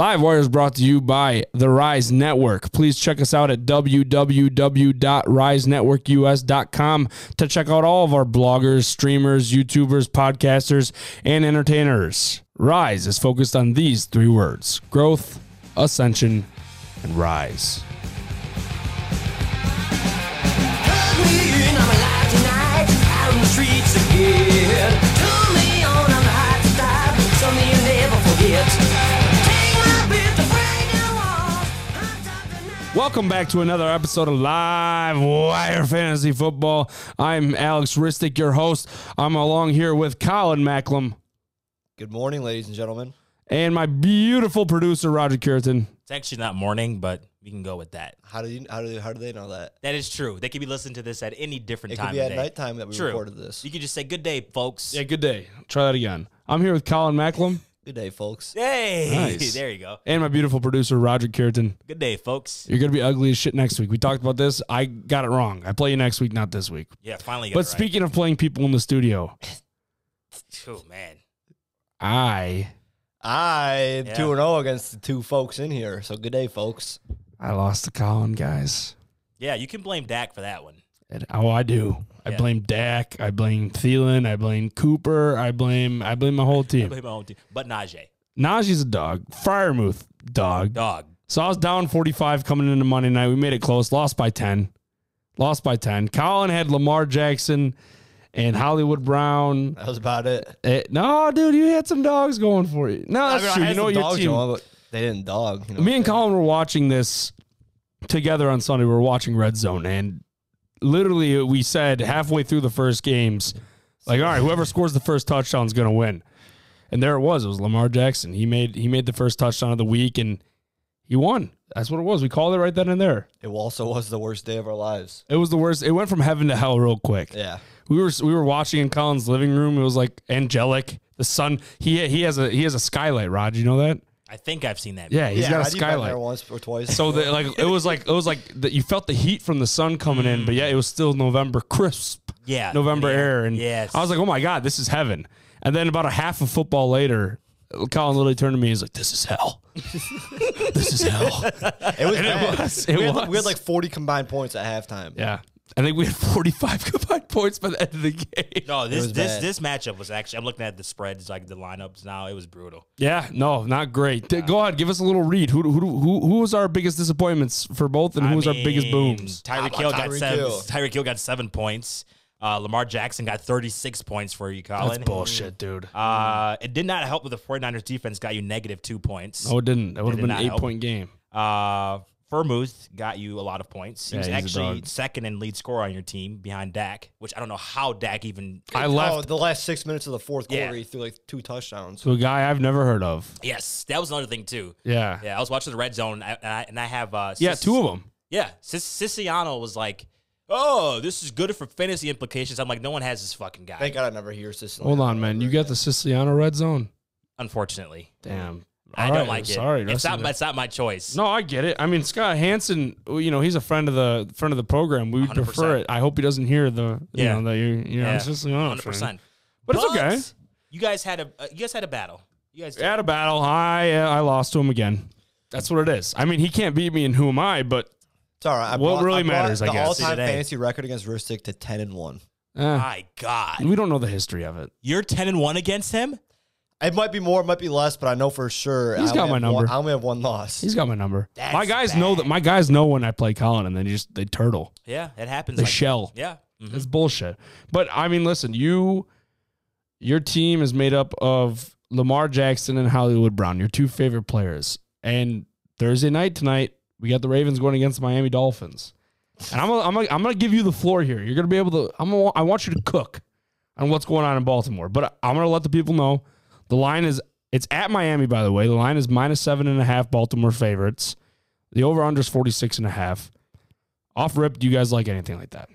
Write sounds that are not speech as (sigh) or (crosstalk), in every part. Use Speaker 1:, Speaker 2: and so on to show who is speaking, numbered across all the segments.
Speaker 1: LiveWire is brought to you by the Rise Network. Please check us out at www.risenetworkus.com to check out all of our bloggers, streamers, YouTubers, podcasters, and entertainers. Rise is focused on these three words growth, ascension, and rise.
Speaker 2: Hug me in, I'm alive tonight, out in the streets again. Turn me on, I'm hot to die, something you never forget. Take my bit to break the walls, I'm top tonight.
Speaker 1: Welcome back to another episode of Live Wire Fantasy Football. I'm Alex Ristic, your host. I'm along here with Colin Macklem
Speaker 3: Good morning, ladies and gentlemen.
Speaker 1: and my beautiful producer, Roger Curtin.
Speaker 4: It's actually not morning, but we can go with that.
Speaker 3: How do you how do how do they know that?
Speaker 4: That is true. They could be listening to this at any different
Speaker 3: It
Speaker 4: time.
Speaker 3: could be
Speaker 4: of
Speaker 3: at
Speaker 4: day.
Speaker 3: nighttime that we
Speaker 4: True.
Speaker 3: recorded this.
Speaker 4: You could just say good day, folks.
Speaker 1: Yeah, good day. Try that again. I'm here with Colin Macklem
Speaker 3: Good day, folks.
Speaker 4: Hey,
Speaker 1: Nice.
Speaker 4: (laughs) there you go.
Speaker 1: and my beautiful producer, Roger Curtin.
Speaker 4: Good day, folks.
Speaker 1: You're going to be ugly as shit next week. We talked about this. I got it wrong. I play you next week, not this week.
Speaker 4: Yeah, finally. Got
Speaker 1: But
Speaker 4: it right.
Speaker 1: speaking of playing people in the studio,
Speaker 4: Oh man,
Speaker 1: I
Speaker 3: I
Speaker 4: Yeah.
Speaker 3: two and zero against the two folks in here. So good day, folks.
Speaker 1: I lost to Colin, guys.
Speaker 4: yeah, you can blame Dak for that one.
Speaker 1: And, oh, I do. I
Speaker 4: Yeah.
Speaker 1: blame Dak. I blame Thielen. I blame Cooper. I blame I blame my whole
Speaker 4: I
Speaker 1: team.
Speaker 4: blame my own team, but Najee,
Speaker 1: Najee's a dog. Firemouth dog.
Speaker 4: dog.
Speaker 1: So I was down 45 coming into Monday night. We made it close. Lost by 10. Lost by 10. Colin had Lamar Jackson and Hollywood Brown.
Speaker 3: That was about it.
Speaker 1: Eh, no, dude, you had some dogs going for you. No, that's
Speaker 3: I mean, I
Speaker 1: true. You
Speaker 3: had
Speaker 1: know
Speaker 3: some
Speaker 1: your
Speaker 3: dogs
Speaker 1: team.
Speaker 3: going, but they didn't dog. You know?
Speaker 1: Me and Colin were watching this together on Sunday. We were watching Red Zone, and literally we said halfway through the first games, like, all right, whoever scores the first touchdown is going to win. And there it was. It was Lamar Jackson. He made he made the first touchdown of the week, and he won. That's what it was. We called it right then and there.
Speaker 3: It also was the worst day of our lives.
Speaker 1: It was the worst. It went from heaven to hell real quick.
Speaker 3: Yeah.
Speaker 1: We were we were watching in Colin's living room. It was like angelic. The sun. He he has a he has a skylight. Rod, you know that?
Speaker 4: I think I've seen that.
Speaker 1: Yeah, he's
Speaker 3: yeah,
Speaker 1: got a
Speaker 3: I'd even been
Speaker 1: skylight.
Speaker 3: there once or twice.
Speaker 1: So the, like it was like it was like that you felt the heat from the sun coming in, but yeah, it was still November crisp,
Speaker 4: yeah.
Speaker 1: November
Speaker 4: yeah.
Speaker 1: air, and
Speaker 4: yes,
Speaker 1: I was like, oh my god, this is heaven. And then about a half of football later, Colin literally turned to me. He's like, this is hell. (laughs) this is hell.
Speaker 3: (laughs) it was.
Speaker 1: (laughs) it
Speaker 3: bad.
Speaker 1: was. It
Speaker 3: we, had,
Speaker 1: was.
Speaker 3: we had like forty combined points at halftime.
Speaker 1: Yeah, I think we had forty five (laughs) combined points by the end of the game.
Speaker 4: no, this
Speaker 3: was
Speaker 4: this
Speaker 3: bad.
Speaker 4: this matchup was actually. I'm looking at the spreads, like the lineups now. It was brutal.
Speaker 1: Yeah, no, not great. Th- Go ahead, give us a little read. Who who who who was our biggest disappointments for both, and who
Speaker 4: I
Speaker 1: was our biggest
Speaker 4: mean,
Speaker 1: booms?
Speaker 4: Tyreek
Speaker 3: How
Speaker 4: Hill
Speaker 3: about
Speaker 4: got
Speaker 3: Tyreek
Speaker 4: seven.
Speaker 3: Hill?
Speaker 4: Tyreek Hill got seven points. Uh, Lamar Jackson got 36 points for you, Colin.
Speaker 1: That's bullshit, dude.
Speaker 4: Uh, it did not help with the 49ers defense got you negative two points.
Speaker 1: No, Oh, it didn't. That would have
Speaker 4: did
Speaker 1: been
Speaker 4: not
Speaker 1: an eight
Speaker 4: help.
Speaker 1: point game.
Speaker 4: Uh, Furmuth got you a lot of points. He
Speaker 1: Yeah,
Speaker 4: was
Speaker 1: he's a
Speaker 4: actually
Speaker 1: dog.
Speaker 4: second in lead scorer on your team behind Dak, which I don't know how Dak even.
Speaker 1: I
Speaker 3: Oh,
Speaker 1: left
Speaker 3: the last six minutes of the fourth
Speaker 4: Yeah.
Speaker 3: quarter, he threw like two touchdowns.
Speaker 1: to a guy I've never heard of.
Speaker 4: yes, that was another thing too.
Speaker 1: Yeah.
Speaker 4: Yeah, I was watching the red zone, and I, and I, and I have uh,
Speaker 1: Yeah,
Speaker 4: Sis-
Speaker 1: two of them.
Speaker 4: Yeah, Sis- Siciliano was like, "Oh, this is good for fantasy implications." I'm like, no one has this fucking guy,
Speaker 3: Thank God I never hear Sicily.
Speaker 1: Hold on, man. You got the Siciliano red zone.
Speaker 4: unfortunately.
Speaker 1: Damn. All
Speaker 4: I don't
Speaker 1: right,
Speaker 4: like
Speaker 1: I'm
Speaker 4: it.
Speaker 1: Sorry,
Speaker 4: it's
Speaker 1: Rest of
Speaker 4: not.
Speaker 1: the-
Speaker 4: It's not my
Speaker 1: (laughs)
Speaker 4: choice.
Speaker 1: No, I get it. I mean, Scott Hansen, you know, he's a friend of the friend of the program. We would prefer
Speaker 4: 100%.
Speaker 1: it. I hope he doesn't hear the, you
Speaker 4: Yeah.
Speaker 1: know, that you're, you know,
Speaker 4: Yeah,
Speaker 1: Siciliano.
Speaker 4: hundred percent.
Speaker 1: But it's okay.
Speaker 4: You guys had a uh, you guys had a battle. You guys
Speaker 1: At a battle, I uh, I lost to him again. That's what it is. I mean, he can't beat me, and who am I? But
Speaker 3: It's all right. I
Speaker 1: What
Speaker 3: brought-
Speaker 1: really
Speaker 3: I brought
Speaker 1: matters, I
Speaker 3: the
Speaker 1: guess,
Speaker 3: all-time
Speaker 4: today.
Speaker 3: fantasy record against Rustic to ten and one.
Speaker 1: eh,
Speaker 4: My God,
Speaker 1: we don't know the history of it.
Speaker 4: you're ten and one against him.
Speaker 3: It might be more, it might be less, but I know for sure.
Speaker 1: He's
Speaker 3: I
Speaker 1: got
Speaker 3: only
Speaker 1: my
Speaker 3: have
Speaker 1: number.
Speaker 3: One, I only have one loss.
Speaker 1: He's got my number.
Speaker 4: That's
Speaker 1: my guys know
Speaker 4: bad.
Speaker 1: that. My guys know when I play Colin, and then just they turtle.
Speaker 4: Yeah, it happens.
Speaker 1: They
Speaker 4: like-
Speaker 1: shell.
Speaker 4: Yeah, Mhm.
Speaker 1: It's bullshit. But I mean, listen, you, your team is made up of Lamar Jackson and Hollywood Brown, your two favorite players. And Thursday night tonight, we got the Ravens going against the Miami Dolphins. And I'm gonna, I'm gonna, I'm gonna give you the floor here. You're gonna be able to. I'm gonna, I want you to cook on what's going on in Baltimore. But I'm gonna let the people know the line is it's at Miami. By the way, the line is minus seven and a half. Baltimore favorites. The over under is 46 and a half. Off rip, do you guys like anything like that?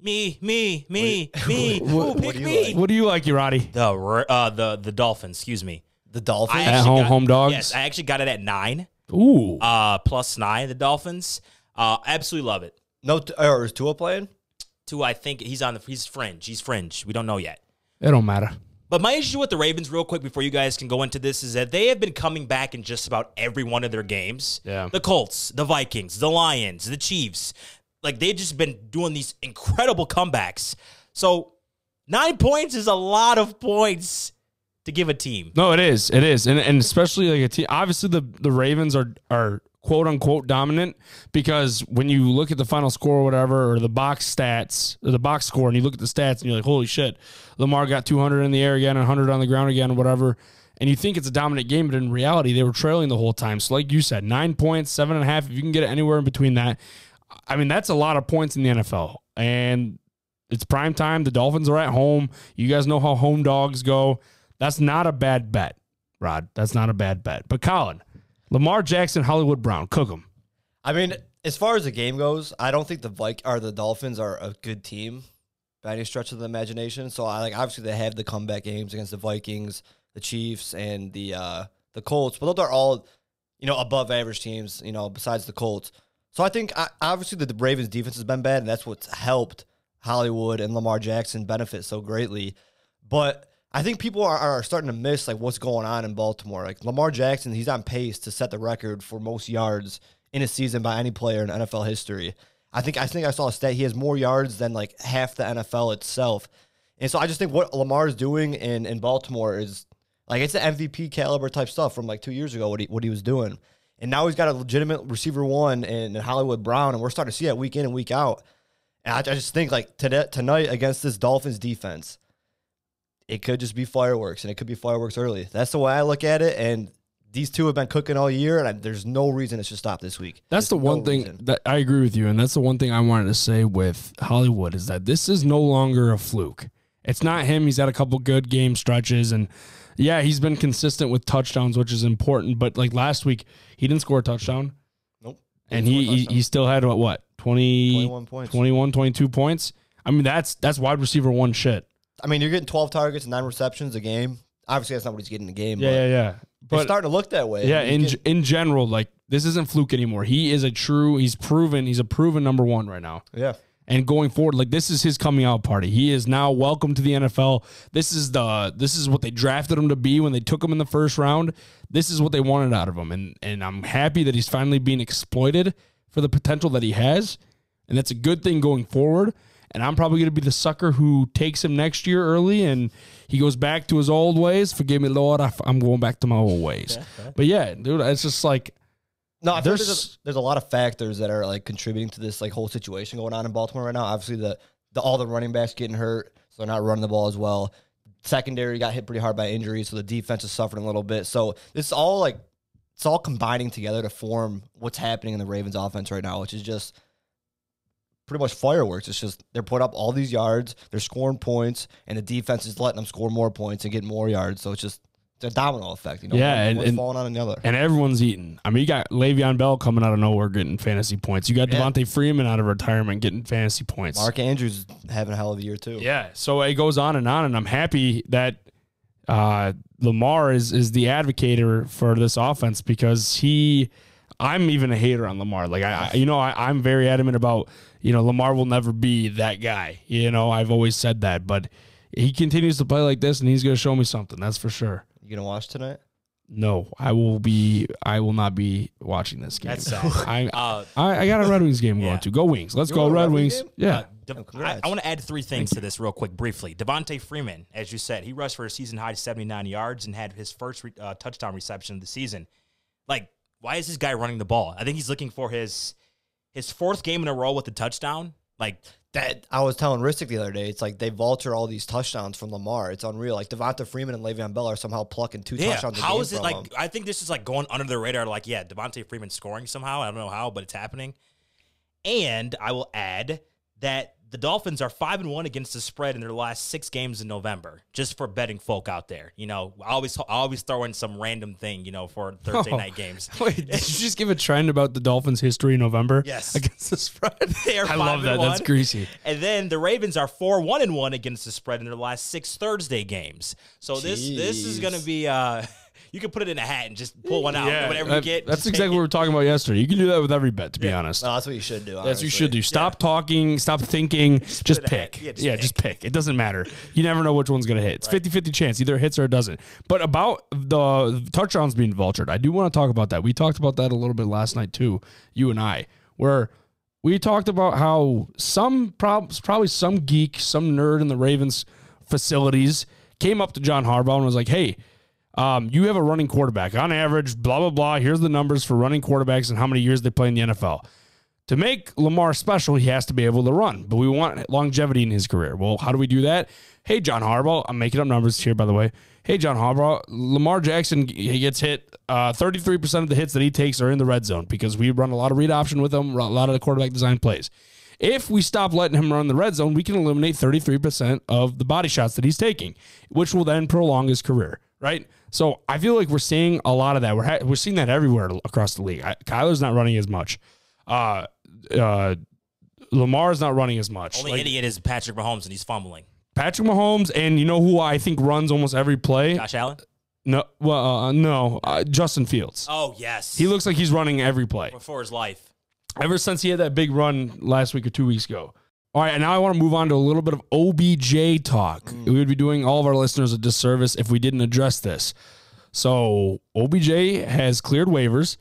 Speaker 4: me, me, me, me.
Speaker 1: what-
Speaker 4: Ooh,
Speaker 1: what
Speaker 4: pick
Speaker 3: do you
Speaker 4: me.
Speaker 1: What do you like, Yurati?
Speaker 4: The r- uh, the the Dolphins. Excuse me.
Speaker 3: the Dolphins.
Speaker 1: At
Speaker 4: actually
Speaker 1: home,
Speaker 4: got-
Speaker 1: home dogs?
Speaker 4: Yes, I actually got it at nine
Speaker 1: Ooh.
Speaker 4: uh, plus nine. The Dolphins. Uh, absolutely love it.
Speaker 3: no, t- or is Tua playing?
Speaker 4: Two, I think he's on the he's fringe. He's fringe. We don't know yet.
Speaker 1: It don't matter.
Speaker 4: But my issue with the Ravens, real quick, before you guys can go into this, is that they have been coming back in just about every one of their games.
Speaker 1: Yeah.
Speaker 4: The Colts, the Vikings, the Lions, the Chiefs. Like they've just been doing these incredible comebacks. So nine points is a lot of points to give a team.
Speaker 1: No, it is. It is. And and especially like a team obviously the, the Ravens are are quote unquote dominant because when you look at the final score or whatever or the box stats or the box score and you look at the stats and you're like, holy shit, Lamar got two hundred in the air again, hundred on the ground again, whatever. And you think it's a dominant game, but in reality, they were trailing the whole time. So, like you said, nine points, seven and a half. If you can get it anywhere in between that, I mean, that's a lot of points in the NFL. And it's prime time. The Dolphins are at home. You guys know how home dogs go. That's not a bad bet, Rod. That's not a bad bet. But Colin, Lamar Jackson, Hollywood Brown, cook them.
Speaker 3: I mean, as far as the game goes, I don't think the Vik or the Dolphins are a good team by any stretch of the imagination. So I like obviously they have the comeback games against the Vikings, the Chiefs, and the uh the Colts, but those are all you know above average teams. You know, besides the Colts. So I think I, obviously the Ravens defense has been bad, and that's what's helped Hollywood and Lamar Jackson benefit so greatly. But I think people are, are starting to miss like what's going on in Baltimore. Like Lamar Jackson, he's on pace to set the record for most yards in a season by any player in NFL history. I think I think I saw a stat he has more yards than like half the NFL itself. And so I just think what Lamar is doing in in Baltimore is like it's the MVP caliber type stuff from like two years ago what he what he was doing. And now he's got a legitimate receiver one in, in Hollywood Brown, and we're starting to see that week in and week out. And I, I just think like today, tonight against this Dolphins defense, it could just be fireworks and it could be fireworks early. That's the way I look at it. And these two have been cooking all year, and I, there's no reason it should stop this week.
Speaker 1: That's
Speaker 3: There's
Speaker 1: the one
Speaker 3: no
Speaker 1: thing
Speaker 3: reason.
Speaker 1: that I agree with you, and that's the one thing I wanted to say with Hollywood is that this is no longer a fluke. It's not him. He's had a couple good game stretches, and yeah, he's been consistent with touchdowns, which is important. But like last week, he didn't score a touchdown,
Speaker 3: Nope.
Speaker 1: and he, he he still had what what 20,
Speaker 3: 21 points.
Speaker 1: 21, 22 points. I mean, that's that's wide receiver one shit.
Speaker 3: I mean, you're getting 12 targets, nine receptions a game. Obviously, that's not what he's getting in the game.
Speaker 1: Yeah,
Speaker 3: but
Speaker 1: yeah, yeah.
Speaker 3: it's starting to look that way.
Speaker 1: Yeah,
Speaker 3: I mean,
Speaker 1: in
Speaker 3: you can-
Speaker 1: in general, like this isn't fluke anymore. He is a true. He's proven. He's a proven number one right now.
Speaker 3: yeah.
Speaker 1: And going forward, like this is his coming out party. He is now welcome to the NFL. This is the this is what they drafted him to be when they took him in the first round. This is what they wanted out of him, and and I'm happy that he's finally being exploited for the potential that he has, and that's a good thing going forward. And I'm probably going to be the sucker who takes him next year early, and he goes back to his old ways. Forgive me, Lord, I, am going back to my old ways. But yeah, dude, it's just like
Speaker 3: No, I there's there's
Speaker 1: There's-
Speaker 3: a, there's a lot of factors that are like contributing to this like whole situation going on in Baltimore right now. Obviously, the, the all the running backs getting hurt, so they're not running the ball as well. Secondary got hit pretty hard by injuries, so the defense is suffering a little bit. So it's all like it's all combining together to form what's happening in the Ravens offense right now, which is just pretty much fireworks. It's just they're putting up all these yards, they're scoring points, and the defense is letting them score more points and get more yards. So it's just it's a domino effect, you know?
Speaker 1: Yeah,
Speaker 3: one-
Speaker 1: and-
Speaker 3: one's
Speaker 1: and-
Speaker 3: falling on another.
Speaker 1: And everyone's eating. I mean, you got Le'Veon Bell coming out of nowhere getting fantasy points. You got
Speaker 3: Yeah.
Speaker 1: Devontae Freeman out of retirement getting fantasy points.
Speaker 3: Mark Andrews is having a hell of a year too.
Speaker 1: Yeah. So it goes on and on, and I'm happy that uh, Lamar is is the advocator for this offense because he. I'm even a hater on Lamar. Like I, I you know, I, I'm very adamant about you know Lamar will never be that guy. You know, I've always said that, but he continues to play like this, and he's going to show me something. That's for sure.
Speaker 3: You gonna watch tonight?
Speaker 1: No, I will be. I will not be watching this game.
Speaker 4: That's
Speaker 1: (laughs)
Speaker 4: sad.
Speaker 1: I,
Speaker 4: Uh,
Speaker 1: I, I got a Red Wings game going
Speaker 4: Yeah.
Speaker 1: to. Go Wings. Let's
Speaker 3: You
Speaker 1: go
Speaker 3: want a
Speaker 1: Red
Speaker 3: Red Wings
Speaker 1: Wings.
Speaker 3: game?
Speaker 1: Yeah.
Speaker 4: Uh, (laughs) De- I,
Speaker 3: congrats.
Speaker 4: want to add three things to this real quick, briefly. Devontae Freeman, as you said, he rushed for a season high 79 yards and had his first re- uh, touchdown reception of the season. Like, why is this guy running the ball? I think he's looking for his his fourth game in a row with a touchdown. Like,
Speaker 3: That I was telling Ristic the other day. It's like they vulture all these touchdowns from Lamar. It's unreal. Like Devonta Freeman and Le'Veon Bell are somehow plucking two
Speaker 4: yeah,
Speaker 3: touchdowns. a
Speaker 4: how
Speaker 3: game
Speaker 4: is it
Speaker 3: from
Speaker 4: like?
Speaker 3: him.
Speaker 4: I think this is like going under the radar. Like, yeah, Devontae Freeman scoring somehow. I don't know how, but it's happening. And I will add that the Dolphins are five and one against the spread in their last six games in November. Just for betting folk out there, you know, I always I always throw in some random thing, you know, for Thursday
Speaker 1: (laughs) Oh.
Speaker 4: night games. (laughs)
Speaker 1: Wait, did you just give a trend about the Dolphins' history in November?
Speaker 4: Yes.
Speaker 1: Against the spread?
Speaker 4: They are
Speaker 1: I
Speaker 4: five
Speaker 1: love that.
Speaker 4: and
Speaker 1: That's
Speaker 4: one.
Speaker 1: greasy.
Speaker 4: And then the Ravens are four one and one against the spread in their last six Thursday games. So this this is
Speaker 3: Jeez.
Speaker 4: going to be uh, (laughs) You could put it in a hat and just pull one out.
Speaker 5: Yeah.
Speaker 4: whatever you
Speaker 1: That-
Speaker 4: get,
Speaker 1: that's
Speaker 4: (laughs) just take
Speaker 1: exactly what
Speaker 4: it.
Speaker 1: we were talking about yesterday. You can do that with every bet, to be honest.
Speaker 3: No, that's what you should
Speaker 1: That's
Speaker 3: do.
Speaker 1: what you
Speaker 3: honestly.
Speaker 1: should do. Stop talking, stop thinking, just
Speaker 4: it in a hat.
Speaker 1: pick.
Speaker 4: Yeah,
Speaker 1: Yeah,
Speaker 4: just
Speaker 1: just,
Speaker 4: pick.
Speaker 1: pick. It doesn't matter. You never know which one's going to hit. It's 50 50 chance. Either it hits or it doesn't. But about the touchdowns being vultured, I do want to talk about that. We talked about that a little bit last night, too, you and I, where we talked about how some, prob- probably some geek, some nerd in the Ravens facilities came up to John Harbaugh and was like, hey, um, you have a running quarterback on average, blah, blah, blah. Here's the numbers for running quarterbacks and how many years they play in the NFL. To make Lamar special, he has to be able to run, but we want longevity in his career. Well, how do we do that? Hey, John Harbaugh, I'm making up numbers here, by the way. Hey, John Harbaugh, Lamar Jackson, he gets hit. Uh, 33% of the hits that he takes are in the red zone because we run a lot of read option with him, a lot of the quarterback design plays. If we stop letting him run the red zone, we can eliminate 33% of the body shots that he's taking, which will then prolong his career, right? So I feel like we're seeing a lot of that. We're, ha- we're seeing that everywhere across the league. I, Kyler's not running as much uh, uh, Lamar's not running as much.
Speaker 4: Only
Speaker 1: Like,
Speaker 4: idiot is Patrick Mahomes, and he's fumbling.
Speaker 1: Patrick Mahomes, and you know who I think runs almost every play?
Speaker 4: Josh Allen.
Speaker 1: No, well, uh, no, uh, Justin Fields.
Speaker 4: Oh yes,
Speaker 1: He looks like he's running every play
Speaker 4: for his life.
Speaker 1: ever since he had that big run last week or two weeks ago. All right, and now I want to move on to a little bit of OBJ talk. We would be doing all of our listeners a disservice if we didn't address this. So, OBJ has cleared waivers.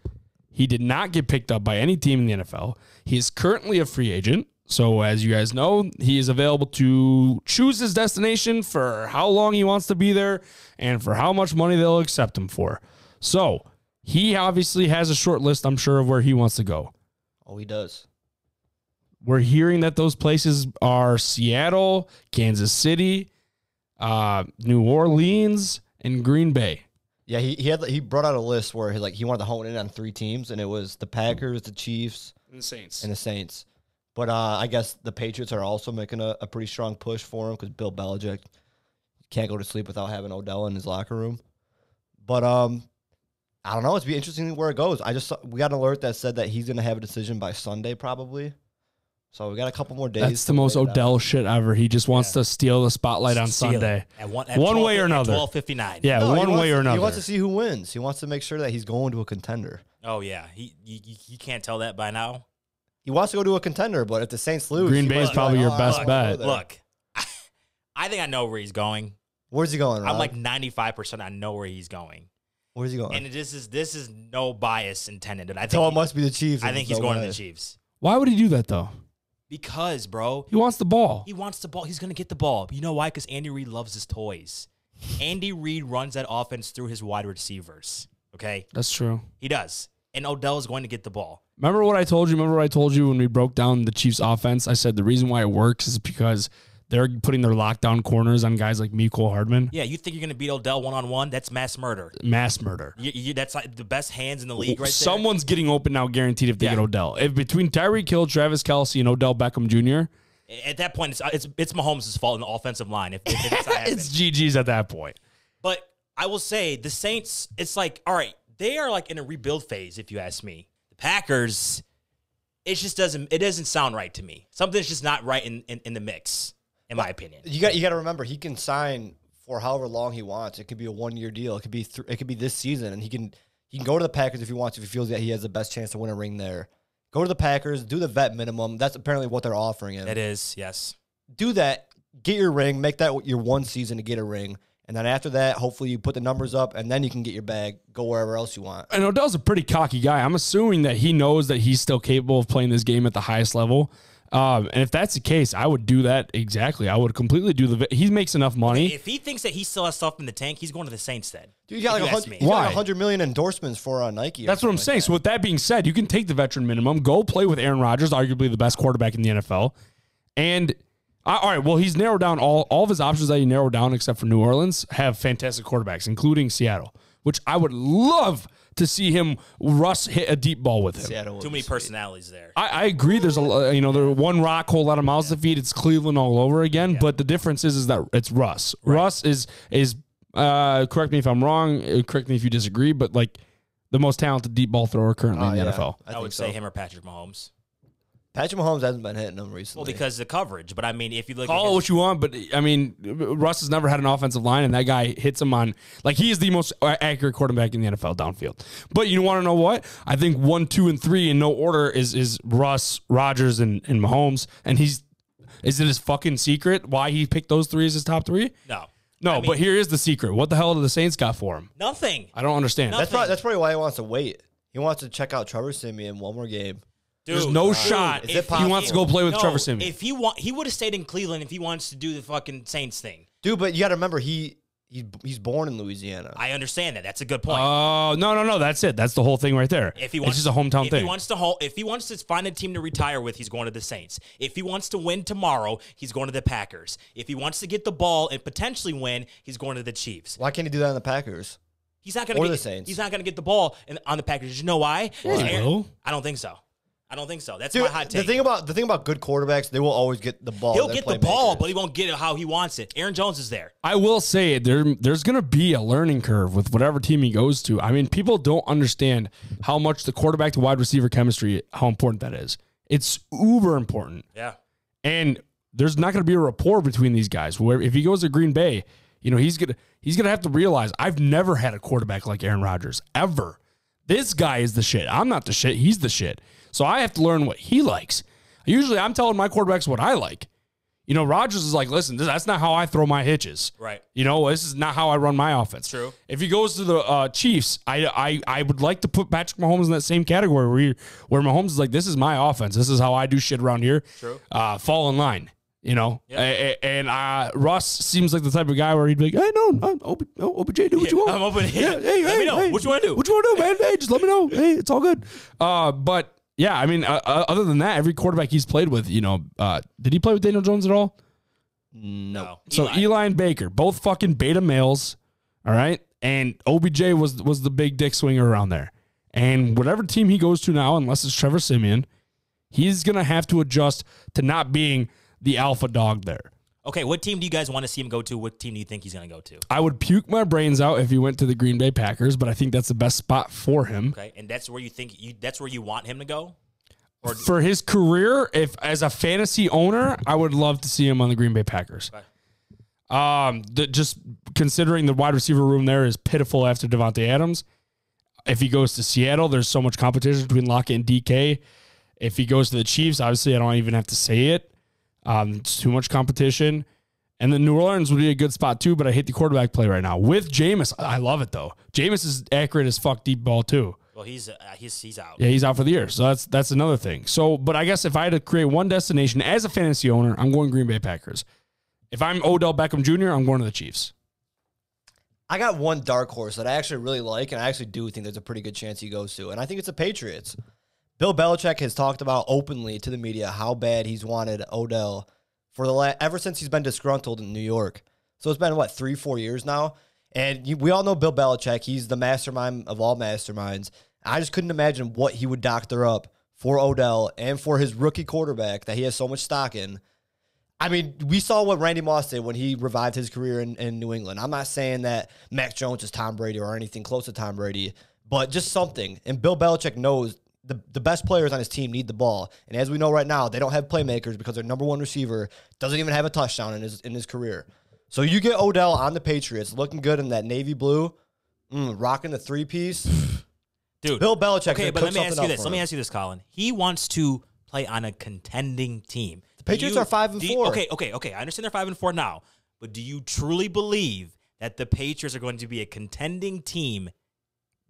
Speaker 1: He did not get picked up by any team in the NFL. He is currently a free agent. So, as you guys know, he is available to choose his destination for how long he wants to be there and for how much money they'll accept him for. So, he obviously has a short list, I'm sure, of where he wants to go
Speaker 3: Oh, he does.
Speaker 1: we're hearing that those places are Seattle, Kansas City, uh, New Orleans, and Green Bay.
Speaker 3: Yeah, he he had he brought out a list where he like he wanted to hone in on three teams, and it was the Packers, the Chiefs,
Speaker 1: And the Saints.
Speaker 3: and the Saints. But uh, I guess the Patriots are also making a, a pretty strong push for him because Bill Belichick can't go to sleep without having Odell in his locker room. But um, I don't know. It's be interesting where it goes. I just saw, we got an alert that said that he's going to have a decision by Sunday probably. So we got a couple more days.
Speaker 1: That's
Speaker 3: to
Speaker 1: the most
Speaker 3: wait it out.
Speaker 1: Odell shit ever. He just wants to steal the spotlight on
Speaker 4: Steal it.
Speaker 1: Sunday.
Speaker 4: At one,
Speaker 1: One way or another.
Speaker 4: Twelve fifty nine.
Speaker 1: Yeah,
Speaker 3: No, he
Speaker 1: one
Speaker 3: wants
Speaker 1: way
Speaker 3: to-
Speaker 1: or another.
Speaker 3: He wants to see who wins. He wants to make sure that he's going to a contender.
Speaker 4: Oh yeah. He you, you- you can't tell that by now.
Speaker 3: He wants to go to a contender, but if the Saints lose,
Speaker 1: Green
Speaker 3: he
Speaker 1: Bay is
Speaker 3: might be
Speaker 1: probably your
Speaker 3: "Oh, I
Speaker 1: best
Speaker 3: don't wanna go
Speaker 1: bet."
Speaker 3: there."
Speaker 4: Look, (laughs) I, think I know where he's going.
Speaker 3: where's he going?
Speaker 4: I'm
Speaker 3: Rob?
Speaker 4: like ninety five percent. I know where he's going,
Speaker 3: where's he going?
Speaker 4: and this is this is no bias intended. I think
Speaker 3: so it
Speaker 4: he-
Speaker 3: must be the Chiefs.
Speaker 4: I
Speaker 3: if
Speaker 4: think
Speaker 3: there's
Speaker 4: he's
Speaker 3: no
Speaker 4: going to
Speaker 3: way.
Speaker 4: the Chiefs
Speaker 1: Why would he do that though?
Speaker 4: because, bro,
Speaker 1: He wants the ball.
Speaker 4: He wants the ball. He's going to get the ball. You know why? Because Andy Reid loves his toys. Andy Reid runs that offense through his wide receivers. Okay,
Speaker 1: That's true.
Speaker 4: he does. And Odell is going to get the ball.
Speaker 1: Remember what I told you? Remember what I told you when we broke down the Chiefs offense? I said the reason why it works is because they're putting their lockdown corners on guys like Miko Hardman.
Speaker 4: Yeah, you think you're going to beat Odell one on one? That's mass murder.
Speaker 1: Mass murder.
Speaker 4: You, you, that's like the best hands in the league, right there.
Speaker 1: Someone's getting open now, guaranteed. If they
Speaker 4: Yeah.
Speaker 1: get Odell, if between Tyreek Hill, Travis Kelsey, and Odell Beckham Jr.,
Speaker 4: At that point, it's it's, it's Mahomes' fault in the offensive line. If, if it's, not happening.
Speaker 1: it's GG's at that point.
Speaker 4: but I will say the Saints. It's like all right, they are like in a rebuild phase. If you ask me, the Packers. It just doesn't. It doesn't sound right to me. Something's just not right in in, in the mix, in my opinion.
Speaker 3: You got you got to remember he can sign for however long he wants. It could be a one year deal. It could be thr it could be this season, and he can he can go to the Packers if he wants. If he feels that he has the best chance to win a ring there, go to the Packers, do the vet minimum. That's apparently what they're offering him.
Speaker 4: That is yes.
Speaker 3: do that, get your ring, make that your one season to get a ring, and then after that, hopefully you put the numbers up, and then you can get your bag, go wherever else you want.
Speaker 1: And Odell's a pretty cocky guy. I'm assuming that he knows that he's still capable of playing this game at the highest level. Um, and if that's the case, I would do that exactly. I would completely do the. He makes enough money.
Speaker 4: If he thinks that he still has stuff in the tank, he's going to the Saints then.
Speaker 3: Dude, you got
Speaker 4: If
Speaker 3: like
Speaker 4: you
Speaker 3: a
Speaker 4: ask
Speaker 3: hundred,
Speaker 4: me.
Speaker 3: you got like
Speaker 1: Why?
Speaker 3: a hundred million endorsements for uh, Nike. or
Speaker 1: That's what I'm
Speaker 3: something
Speaker 1: saying. So with that being said, you can take the veteran minimum, go play with Aaron Rodgers, arguably the best quarterback in the NFL, and. I- All right. Well, he's narrowed down all, all of his options that he narrowed down, except for New Orleans, have fantastic quarterbacks, including Seattle, which I would love to see him Russ hit a deep ball with him.
Speaker 3: like that. Seattle
Speaker 4: Too
Speaker 3: would
Speaker 4: many
Speaker 3: be-
Speaker 4: personalities there.
Speaker 1: I, I agree. There's a lo- you know there one rock, whole lot of mouths to feed. It's Cleveland all over again. But the difference is is that it's Russ. Russ is is uh, correct me if I'm wrong. uh, Correct me if you disagree. But like the most talented deep ball thrower currently
Speaker 3: Ah,
Speaker 1: in the
Speaker 3: yeah.
Speaker 1: NFL.
Speaker 4: I,
Speaker 3: think
Speaker 4: would say
Speaker 3: so.
Speaker 4: him or Patrick Mahomes.
Speaker 3: Patrick Mahomes hasn't been hitting them recently.
Speaker 4: Well, because of the coverage. But I mean, if you look
Speaker 1: Call it
Speaker 4: at his,
Speaker 1: what you want, but I mean, Russ has never had an offensive line, and that guy hits him on like he is the most accurate quarterback in the NFL downfield. But you want to know what? I think one, two, and three in no order is is Russ, Rogers, and and Mahomes, and he's is it his fucking secret why he picked those three as his top three?
Speaker 4: no,
Speaker 1: No,
Speaker 4: I mean,
Speaker 1: but here is the secret. What the hell do the Saints got for him?
Speaker 4: nothing,
Speaker 1: I don't understand.
Speaker 4: No.
Speaker 3: that's probably, that's probably why he wants to wait. He wants to check out Trevor Simeon one more game.
Speaker 4: dude. uh,
Speaker 1: There's no shot
Speaker 3: is it
Speaker 1: he wants to go play with
Speaker 4: No,
Speaker 1: Trevor Simeon.
Speaker 4: If he want, he would have stayed in Cleveland if he wants to do the fucking Saints thing.
Speaker 3: Dude, but you got to remember he, he he's born in Louisiana.
Speaker 4: I understand that. That's a good point.
Speaker 1: Oh no no no! That's it. That's the whole thing right there.
Speaker 4: if he wants,
Speaker 1: it's just a hometown
Speaker 4: if
Speaker 1: thing.
Speaker 4: He wants to ho- if he wants to find a team to retire with, he's going to the Saints. If he wants to win tomorrow, he's going to the Packers. If he wants to get the ball and potentially win, he's going to the Chiefs.
Speaker 3: why can't he do that on the Packers?
Speaker 4: He's not going
Speaker 3: Or
Speaker 4: to get
Speaker 3: the Saints.
Speaker 4: He's not going to get the ball in, on the Packers. You know why?
Speaker 1: Yeah, he
Speaker 4: Aaron-
Speaker 1: will.
Speaker 4: I don't think so. I don't think so. That's
Speaker 3: Dude,
Speaker 4: my hot
Speaker 3: the
Speaker 4: take.
Speaker 3: thing about the thing about good quarterbacks, they will always get the ball.
Speaker 4: He'll
Speaker 3: They're
Speaker 4: get the ball,
Speaker 3: playmakers.
Speaker 4: but he won't get it how he wants it. Aaron Jones is there.
Speaker 1: I will say there there's going to be a learning curve with whatever team he goes to. I mean, people don't understand how much the quarterback to wide receiver chemistry, how important that is. It's uber important.
Speaker 4: Yeah.
Speaker 1: And there's not going to be a rapport between these guys. Where if he goes to Green Bay, you know, he's going to he's going to have to realize I've never had a quarterback like Aaron Rodgers ever. This guy is the shit. I'm not the shit. He's the shit. So I have to learn what he likes. Usually I'm telling my quarterbacks what I like. You know, Rodgers is like, "Listen, this- that's not how I throw my hitches."
Speaker 4: Right.
Speaker 1: You know, this is not how I run my offense.
Speaker 4: True.
Speaker 1: If he goes to the uh, Chiefs, I, I I would like to put Patrick Mahomes in that same category where he, where Mahomes is like, this is my offense. This is how I do shit around here.
Speaker 4: True.
Speaker 1: Uh, fall in line. You know, A- a- and uh, Russ seems like the type of guy where he'd be like, "Hey, no, I'm OB, no, OBJ, do what you want.
Speaker 4: I'm open.
Speaker 1: Yeah, hey,
Speaker 4: (laughs) Let me
Speaker 1: hey,
Speaker 4: know.
Speaker 1: hey.
Speaker 4: What you wanna do?
Speaker 1: What you want to do, man? Hey, just let me
Speaker 4: (laughs)
Speaker 1: know. Hey, it's all good." Uh, but yeah, I mean, uh, uh, other than that, every quarterback he's played with, you know, uh, did he play with Daniel Jones at all?
Speaker 4: No.
Speaker 1: So Eli. and Baker, both fucking beta males, all right. And OBJ was was the big dick swinger around there. And whatever team he goes to now, unless it's Trevor Simeon, he's gonna have to adjust to not being the alpha dog there.
Speaker 4: Okay, what team do you guys want to see him go to? What team do you think he's going to go to?
Speaker 1: I would puke my brains out if he went to the Green Bay Packers, but I think that's the best spot for him.
Speaker 4: Okay, and that's where you think you that's where you want him to go.
Speaker 1: For his career, if as a fantasy owner, I would love to see him on the Green Bay Packers.
Speaker 4: Okay.
Speaker 1: Um, the, just considering the wide receiver room there is pitiful after Devontae Adams. If he goes to Seattle, there's so much competition between Lockett and DK. If he goes to the Chiefs, obviously I don't even have to say it. Um, it's too much competition. And then New Orleans would be a good spot too, but I hate the quarterback play right now. With Jameis, I love it though. Jameis is accurate as fuck deep ball too.
Speaker 4: Well, he's uh, he's he's out.
Speaker 1: Yeah, he's out for the year. So that's that's another thing. So, but I guess if I had to create one destination as a fantasy owner, I'm going Green Bay Packers. If I'm Odell Beckham Jr., I'm going to the Chiefs.
Speaker 3: I got one dark horse that I actually really like, and I actually do think there's a pretty good chance he goes to, and I think it's the Patriots. Bill Belichick has talked about openly to the media how bad he's wanted Odell for the la- ever since he's been disgruntled in New York. So it's been what three, four years now, and you, we all know Bill Belichick. He's the mastermind of all masterminds. I just couldn't imagine what he would doctor up for Odell and for his rookie quarterback that he has so much stock in. I mean, we saw what Randy Moss did when he revived his career in, in New England. I'm not saying that Mac Jones is Tom Brady or anything close to Tom Brady, but just something. And Bill Belichick knows the, the best players on his team need the ball. And as we know right now, they don't have playmakers because their number one receiver doesn't even have a touchdown in his in his career. So you get Odell on the Patriots looking good in that navy blue, mm, rocking the three piece.
Speaker 4: Dude,
Speaker 3: Bill Belichick.
Speaker 4: okay,
Speaker 3: could
Speaker 4: but
Speaker 3: cook
Speaker 4: let me ask
Speaker 3: something
Speaker 4: you this.
Speaker 3: up for
Speaker 4: Let me
Speaker 3: him.
Speaker 4: ask you this, Colin. He wants to play on a contending team. The
Speaker 3: Patriots are five and four.
Speaker 4: okay, okay, okay. I understand they're five and four now, but do you truly believe that the Patriots are going to be a contending team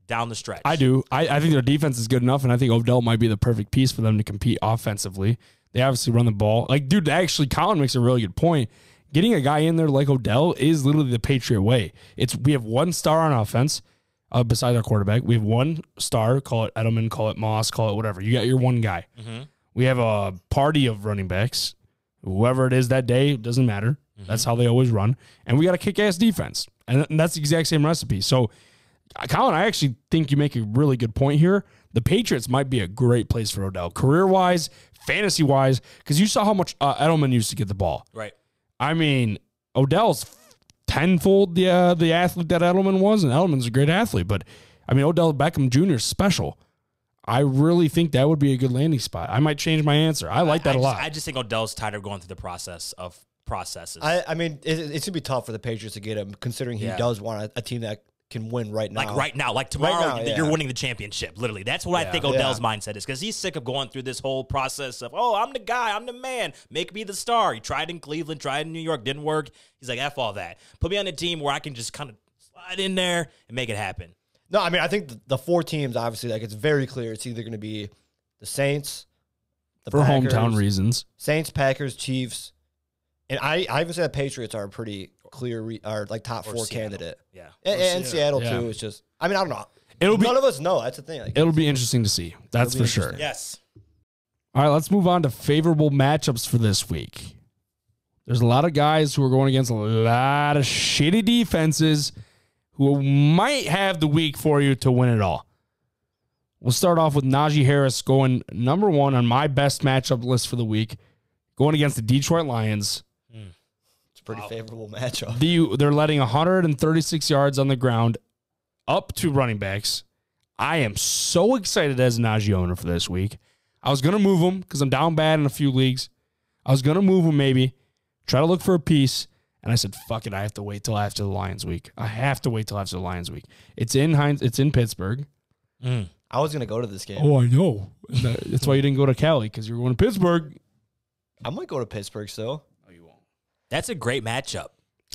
Speaker 4: down the stretch?
Speaker 1: I do. I, I think their defense is good enough, and I think Odell might be the perfect piece for them to compete offensively. They obviously run the ball. Like, dude, actually, Colin makes a really good point. Getting a guy in there like Odell is literally the Patriot way. It's we have one star on offense, uh, besides our quarterback. We have one star. Call it Edelman. Call it Moss. Call it whatever. You got your one guy. We have a party of running backs. Whoever it is that day doesn't matter. That's how they always run. And we got a kick ass defense, and, and that's the exact same recipe. So uh, Colin, I actually think you make a really good point here. The Patriots might be a great place for Odell, career wise, fantasy wise, because you saw how much uh, Edelman used to get the ball.
Speaker 4: Right.
Speaker 1: I mean, Odell's tenfold the uh, the athlete that Edelman was, and Edelman's a great athlete. But I mean, Odell Beckham Jr. is special. I really think that would be a good landing spot. I might change my answer. I like that
Speaker 4: I
Speaker 1: a
Speaker 4: just,
Speaker 1: lot.
Speaker 4: I just think Odell's tired of going through the process of processes.
Speaker 3: I, I mean, it, it's gonna be tough for the Patriots to get him, considering he
Speaker 4: Yeah.
Speaker 3: does want a, a team that can win Uh-huh. right now.
Speaker 4: like right now, like tomorrow,
Speaker 3: now,
Speaker 4: th-
Speaker 3: yeah.
Speaker 4: you're winning the championship. Literally, that's what I think
Speaker 3: Yeah.
Speaker 4: Odell's mindset is because he's sick of going through this whole process of, oh, I'm the guy, I'm the man, make me the star. He tried in Cleveland, tried in New York, didn't work. He's like, f all that. Put me on a team where I can just kind of slide in there and make it happen.
Speaker 3: No, I mean, I think th- the four teams obviously, like it's very clear. It's either gonna be the Saints, the
Speaker 1: for
Speaker 3: Packers,
Speaker 1: hometown reasons.
Speaker 3: Saints, Packers, Chiefs, and I, I even said Patriots are a pretty clear, re, are like top
Speaker 4: Or
Speaker 3: four
Speaker 4: Seattle.
Speaker 3: candidate,
Speaker 4: Yeah.
Speaker 3: and, and Seattle
Speaker 1: Yeah.
Speaker 3: too. It's just, I mean, I don't know.
Speaker 1: It'll be
Speaker 3: None of us know. That's the thing. Like,
Speaker 1: it'll be interesting to see. That's
Speaker 3: It'll
Speaker 1: for
Speaker 3: be
Speaker 1: sure.
Speaker 3: interesting.
Speaker 4: Yes.
Speaker 1: All right, let's move on to favorable matchups for this week. There's a lot of guys who are going against a lot of shitty defenses who might have the week for you to win it all. We'll start off with Najee Harris going number one on my best matchup list for the week, going against the Detroit Lions.
Speaker 3: it's a pretty favorable matchup. (laughs)
Speaker 1: The, they're letting 136 yards on the ground up to running backs. I am so excited as a Najee owner for this week. I was going to move him because I'm down bad in a few leagues. I was going to move him maybe, try to look for a piece. And I said, fuck it, I have to wait till after the Lions week. I have to wait till after the Lions week. It's in Heinz, it's in Pittsburgh.
Speaker 3: I was gonna go to this game.
Speaker 1: Oh, I know. (laughs) That's why you didn't go to Cali because you were going to Pittsburgh.
Speaker 3: I might go to Pittsburgh still.
Speaker 4: That's a great matchup.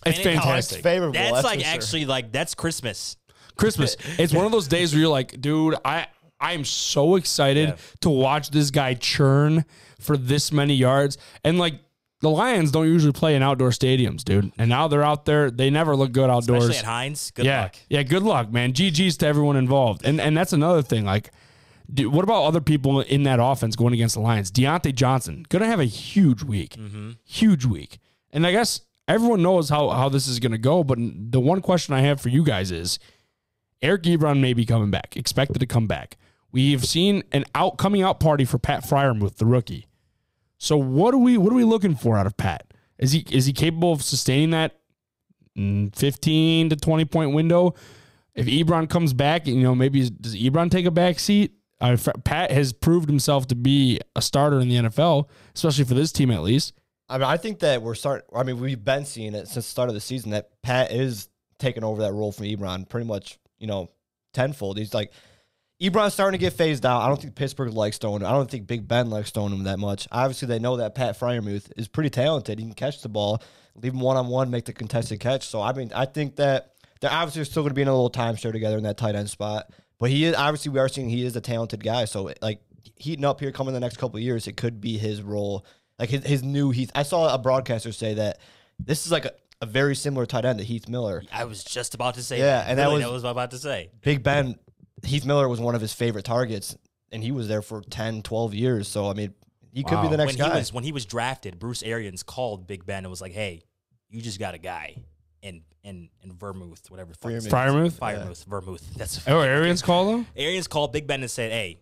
Speaker 1: It's
Speaker 4: And it-
Speaker 3: Oh, it's
Speaker 1: fantastic.
Speaker 3: favorable.
Speaker 4: That's,
Speaker 3: for
Speaker 4: like
Speaker 3: sure.
Speaker 4: actually like that's Christmas.
Speaker 1: Christmas. It's one of those days where you're like, dude, I I am so excited to watch this guy churn for this many yards. And like the Lions don't usually play in outdoor stadiums, dude. And now they're out there. They never look good outdoors.
Speaker 4: Especially at Heinz. Good
Speaker 1: yeah.
Speaker 4: luck.
Speaker 1: Yeah, good luck, man. GG's to everyone involved. And and that's another thing. Like, dude, what about other people in that offense going against the Lions? Deontay Johnson gonna have a huge week.
Speaker 4: Mm-hmm.
Speaker 1: Huge week. And I guess everyone knows how how this is gonna go, but the one question I have for you guys is Eric Ebron may be coming back, expected to come back. We've seen an out coming out party for Pat Fryermuth, the rookie. So what are we what are we looking for out of Pat? Is he is he capable of sustaining that mm, 15 to 20 point window? If Ebron comes back, you know, maybe does Ebron take a back seat? Uh, Fr- Pat has proved himself to be a starter in the NFL, especially for this team at least.
Speaker 3: I mean, I think that we're start. I mean, we've been seeing it since the start of the season that Pat is taking over that role from Ebron, pretty much, you know, tenfold. He's like, Ebron's starting to get phased out. I don't think Pittsburgh likes Stone. I don't think Big Ben likes Stone him that much. Obviously, they know that Pat Fryermuth is pretty talented. He can catch the ball, leave him one on one, make the contested catch. So, I mean, I think that they're obviously still going to be in a little timeshare together in that tight end spot. But he is obviously we are seeing he is a talented guy. So, like heating up here coming the next couple of years, it could be his role. Like his, his new Heath. I saw a broadcaster say that this is like a, a very similar tight end to Heath Miller.
Speaker 4: I was just about to say
Speaker 3: Yeah,
Speaker 4: that.
Speaker 3: and that
Speaker 4: Literally,
Speaker 3: was-
Speaker 4: that was what I was about to say.
Speaker 3: Big Ben, Heath Miller was one of his favorite targets, and he was there for 10, 12 years. So, I mean, he could
Speaker 1: Wow.
Speaker 3: be the next
Speaker 4: when
Speaker 3: guy.
Speaker 4: He was, when he was drafted, Bruce Arians called Big Ben and was like, "Hey, you just got a guy in in in Vermouth, whatever. the fuck it's-
Speaker 1: Fryermuth?
Speaker 4: Firemouth, Vermouth. (laughs) That's
Speaker 1: Oh, Arians call him?
Speaker 4: Arians called Big Ben and said, "Hey,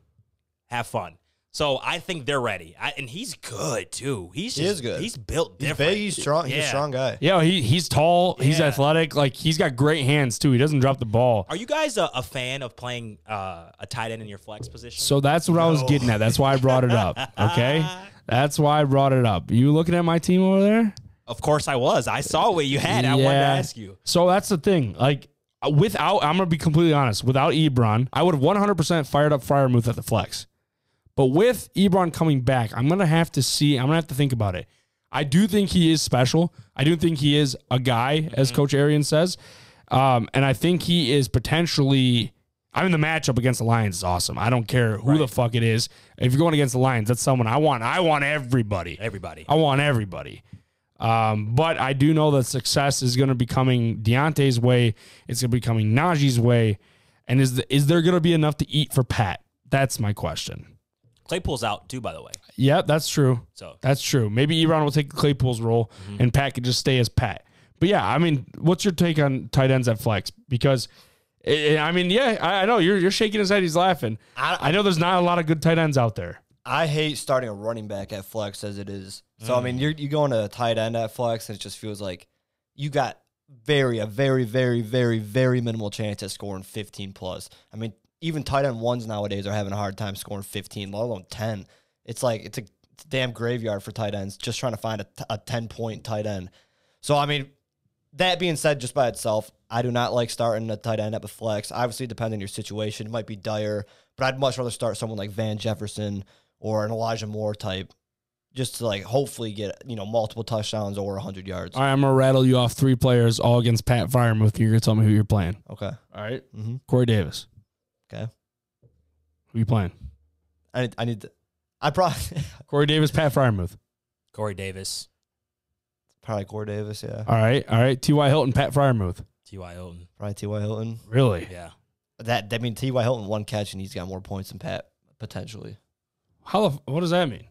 Speaker 4: have fun." So I think they're ready, I, and he's good too. He's
Speaker 3: He
Speaker 4: just,
Speaker 3: is good.
Speaker 4: He's built
Speaker 3: He's
Speaker 4: different.
Speaker 3: big, he's strong. He's a
Speaker 4: Yeah.
Speaker 3: strong guy.
Speaker 1: Yeah, he, he's tall. He's
Speaker 4: Yeah.
Speaker 1: athletic. Like, he's got great hands, too. He doesn't drop the ball.
Speaker 4: Are you guys a, a fan of playing uh, a tight end in your flex position?
Speaker 1: So that's what I was getting at. That's why I brought it up. (laughs) Okay. That's why I brought it up. You looking at my team over there?
Speaker 4: of course I was. I saw what you had. I wanted to
Speaker 1: Yeah.
Speaker 4: ask you.
Speaker 1: So that's the thing. Like, without, I'm going to be completely honest, without Ebron, I would have 100% fired up Fryermuth at the flex. But with Ebron coming back, I'm going to have to see, I'm going to have to think about it. I do think he is special. I do think he is a guy,
Speaker 4: Mm-hmm.
Speaker 1: as Coach Arian says. Um, and I think he is potentially. I mean, the matchup against the Lions is awesome. I don't care who the fuck it is. If you're going against the Lions, that's someone I want. I want everybody.
Speaker 4: Everybody.
Speaker 1: I want everybody. Um, but I do know that success is going to be coming Deontay's way. It's going to be coming Najee's way. And is the, is there going to be enough to eat for Pat? That's my question.
Speaker 4: Claypool's out too, by the way.
Speaker 1: Yeah, that's true.
Speaker 4: So
Speaker 1: That's true. Maybe Ebron will take Claypool's role, and Pat could just stay as Pat. But yeah, I mean, what's your take on tight ends at flex? Because eh, eh, I mean, yeah, I, I know you're you're shaking his head. He's laughing. I,
Speaker 3: I-
Speaker 1: know there's not a lot of good tight ends out there.
Speaker 3: I hate starting a running back at flex as it is. So I mean,
Speaker 4: Mm.
Speaker 3: you're you going to a tight end at flex, and it just feels like you got very a very very very very minimal chance at scoring 15 plus. I mean, even tight end ones nowadays are having a hard time scoring 15, let alone 10. It's like it's a it's a damn graveyard for tight ends just trying to find a, t- a 10 point tight end. So I mean, that being said, just by itself, I do not like starting a tight end at the flex. Obviously, depending on your situation, it might be dire, but I'd much rather start someone like Van Jefferson or an Elijah Moore type, just to like hopefully get you know multiple touchdowns or 100 yards.
Speaker 1: All right, I'm gonna rattle you off three players all against Pat Firemouth. You're gonna tell me who you're playing.
Speaker 3: Okay,
Speaker 1: All right.
Speaker 3: Mhm.
Speaker 1: Corey Davis.
Speaker 3: Okay.
Speaker 1: Who you playing?
Speaker 3: I need, I need to, I probably (laughs)
Speaker 1: Corey Davis, Pat Firemouth.
Speaker 4: Corey Davis,
Speaker 3: probably Gore Davis, yeah,
Speaker 1: All right. All right. T.Y. Hilton, Pat Firemouth.
Speaker 4: T.Y. Hilton.
Speaker 3: probably T. Y. Hilton.
Speaker 1: Really?
Speaker 4: Yeah.
Speaker 3: That I mean, T. Y. Hilton one catch and he's got more points than Pat potentially.
Speaker 1: How the, f- what does that mean?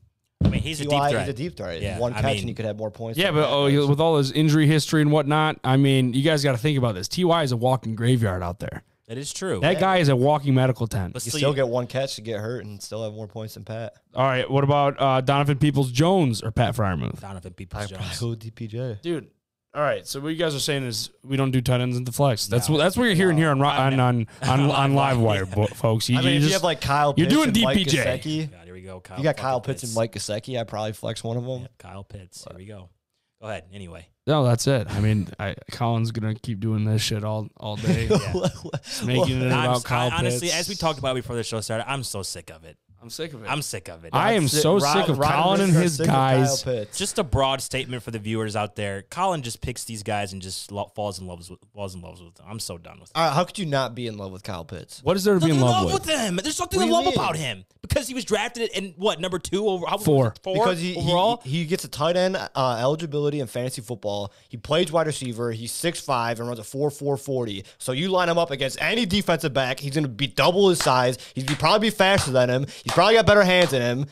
Speaker 4: I mean, he's a deep
Speaker 3: T.Y.
Speaker 4: threat.
Speaker 3: He's a deep threat.
Speaker 4: Yeah,
Speaker 3: one
Speaker 4: I
Speaker 3: catch
Speaker 4: mean-
Speaker 3: and he could have more points.
Speaker 1: Yeah,
Speaker 3: than
Speaker 1: but
Speaker 3: Pat
Speaker 1: oh,
Speaker 3: does.
Speaker 1: you- with all his injury history and whatnot, I mean, you guys got to think about this. Ty is a walking graveyard out there.
Speaker 4: that is true.
Speaker 1: That guy is a walking medical tent.
Speaker 4: but
Speaker 3: you
Speaker 4: still,
Speaker 3: still get one catch to get hurt and still have more points than Pat.
Speaker 1: All right, what about uh, Donovan Peoples Jones or Pat Fryermuth?
Speaker 4: Donovan
Speaker 3: I
Speaker 4: Peoples
Speaker 3: probably
Speaker 4: Jones.
Speaker 3: go DPJ.
Speaker 1: Dude, all right. So what you guys are saying is we don't do tight ends into flex. That's what that's what you're hearing here on Ro- on on on, on,
Speaker 3: (laughs)
Speaker 1: LiveWire, bo- folks. You,
Speaker 3: I mean,
Speaker 1: you
Speaker 3: if you
Speaker 1: just-
Speaker 3: have like Kyle,
Speaker 1: you're
Speaker 3: Pitts
Speaker 1: doing
Speaker 3: and Mike
Speaker 1: DPJ.
Speaker 3: Gesicki,
Speaker 4: Oh God, here we go. Kyle
Speaker 3: you got
Speaker 4: fucking
Speaker 3: Kyle Pitts and
Speaker 4: Pitts.
Speaker 3: Mike Gasecki. I probably flex one of (laughs) them.
Speaker 4: Yep, Kyle Pitts. Here we go. Go ahead. Anyway,
Speaker 1: no, that's it. I mean, I, Colin's gonna keep doing this shit all all day, making it
Speaker 4: I'm-
Speaker 1: about Kyle
Speaker 4: I- honestly,
Speaker 1: Pitts.
Speaker 4: as we talked about before the show started, I'm so sick of it.
Speaker 1: I'm sick of it.
Speaker 4: I'm sick of it.
Speaker 1: I am so sick of Colin and his guys.
Speaker 4: just a broad statement for the viewers out there. Colin just picks these guys and just lo- falls in love with falls in love with them. I'm so done with. Them.
Speaker 3: All right, how could you not be in love with Kyle Pitts?
Speaker 1: what is there to be in love with?
Speaker 4: him. There's something to
Speaker 3: What do you
Speaker 4: love
Speaker 3: mean?
Speaker 4: about him because he was drafted in what number two over how,
Speaker 1: Four.
Speaker 4: four
Speaker 3: Because he,
Speaker 4: overall.
Speaker 3: he he gets a tight end uh, eligibility in fantasy football. He plays wide receiver. He's 6'5 and runs a 4'4 40. So you line him up against any defensive back. He's going to be double his size. He's gonna probably be faster than him. He's probably got better hands than him.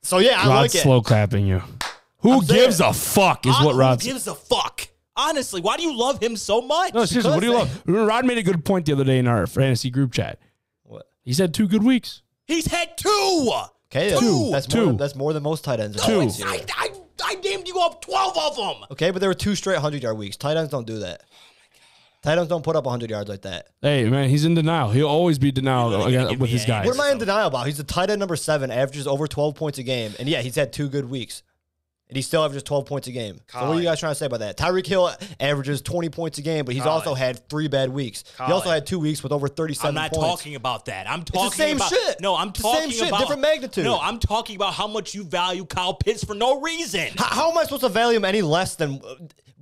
Speaker 3: So yeah, I
Speaker 1: Rod's
Speaker 3: like it.
Speaker 1: slow clapping you. Who
Speaker 3: saying-
Speaker 1: gives a fuck is
Speaker 4: God,
Speaker 1: what
Speaker 4: who
Speaker 1: Rod's.
Speaker 4: gives a fuck. Honestly, why do you love him so much?
Speaker 1: No, seriously, what do you love? Rod made a good point the other day in our fantasy group chat.
Speaker 3: What?
Speaker 1: He said two good weeks.
Speaker 4: He's had two.
Speaker 3: Okay, that's,
Speaker 4: Two.
Speaker 3: that's
Speaker 1: Two.
Speaker 3: more than, that's more than most tight ends. in
Speaker 1: Two.
Speaker 3: the
Speaker 4: I,
Speaker 3: league.
Speaker 4: I, I named you up twelve of them.
Speaker 3: Okay, but there were two straight 100 yard weeks. Tight ends don't do that. Tight ends don't put up 100 yards like that.
Speaker 1: Hey, man, he's in denial. He'll always be denial
Speaker 4: You're
Speaker 1: again
Speaker 4: gonna give
Speaker 1: with
Speaker 4: me
Speaker 1: his
Speaker 4: a-
Speaker 1: guys.
Speaker 3: What am I in denial about? He's the tight end number seven, averages over 12 points a game. And yeah, he's had two good weeks. And he still averages 12 points a game. So what are
Speaker 4: Colin.
Speaker 3: you guys trying to say about that? Tyreek Hill averages 20 points a game, but he's also had three bad weeks. He also
Speaker 4: Colin.
Speaker 3: had two weeks with over 37
Speaker 4: I'm not
Speaker 3: points.
Speaker 4: talking about that. I'm talking
Speaker 3: same
Speaker 4: about
Speaker 3: shit.
Speaker 4: no. I'm
Speaker 3: It's the same
Speaker 4: talking
Speaker 3: shit,
Speaker 4: about
Speaker 3: different magnitude.
Speaker 4: No, I'm talking about how much you value Kyle Pitts for no reason.
Speaker 3: How, how am I supposed to value him any less than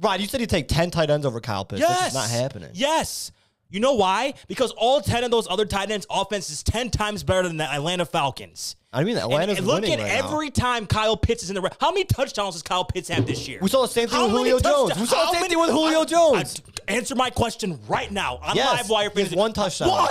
Speaker 3: Rod? You said he'd take 10 tight ends over Kyle Pitts.
Speaker 4: yes,
Speaker 3: This is not happening.
Speaker 4: Yes, you know why? Because all ten of those other tight ends' offense is ten times better than the Atlanta Falcons.
Speaker 3: I mean,
Speaker 4: And-
Speaker 3: Atlanta's
Speaker 4: and look
Speaker 3: winning
Speaker 4: at
Speaker 3: right now.
Speaker 4: every time Kyle Pitts is in the red. How many touchdowns does Kyle Pitts have this year?
Speaker 3: We saw the same thing
Speaker 4: How
Speaker 3: with
Speaker 4: many
Speaker 3: Julio
Speaker 4: touchda-
Speaker 3: Jones. We saw the
Speaker 4: how
Speaker 3: same
Speaker 4: many-
Speaker 3: thing with Julio
Speaker 4: I-
Speaker 3: Jones.
Speaker 4: I- answer my question right now on
Speaker 3: Yes,
Speaker 4: live wire.
Speaker 3: he has one touchdown.
Speaker 4: One.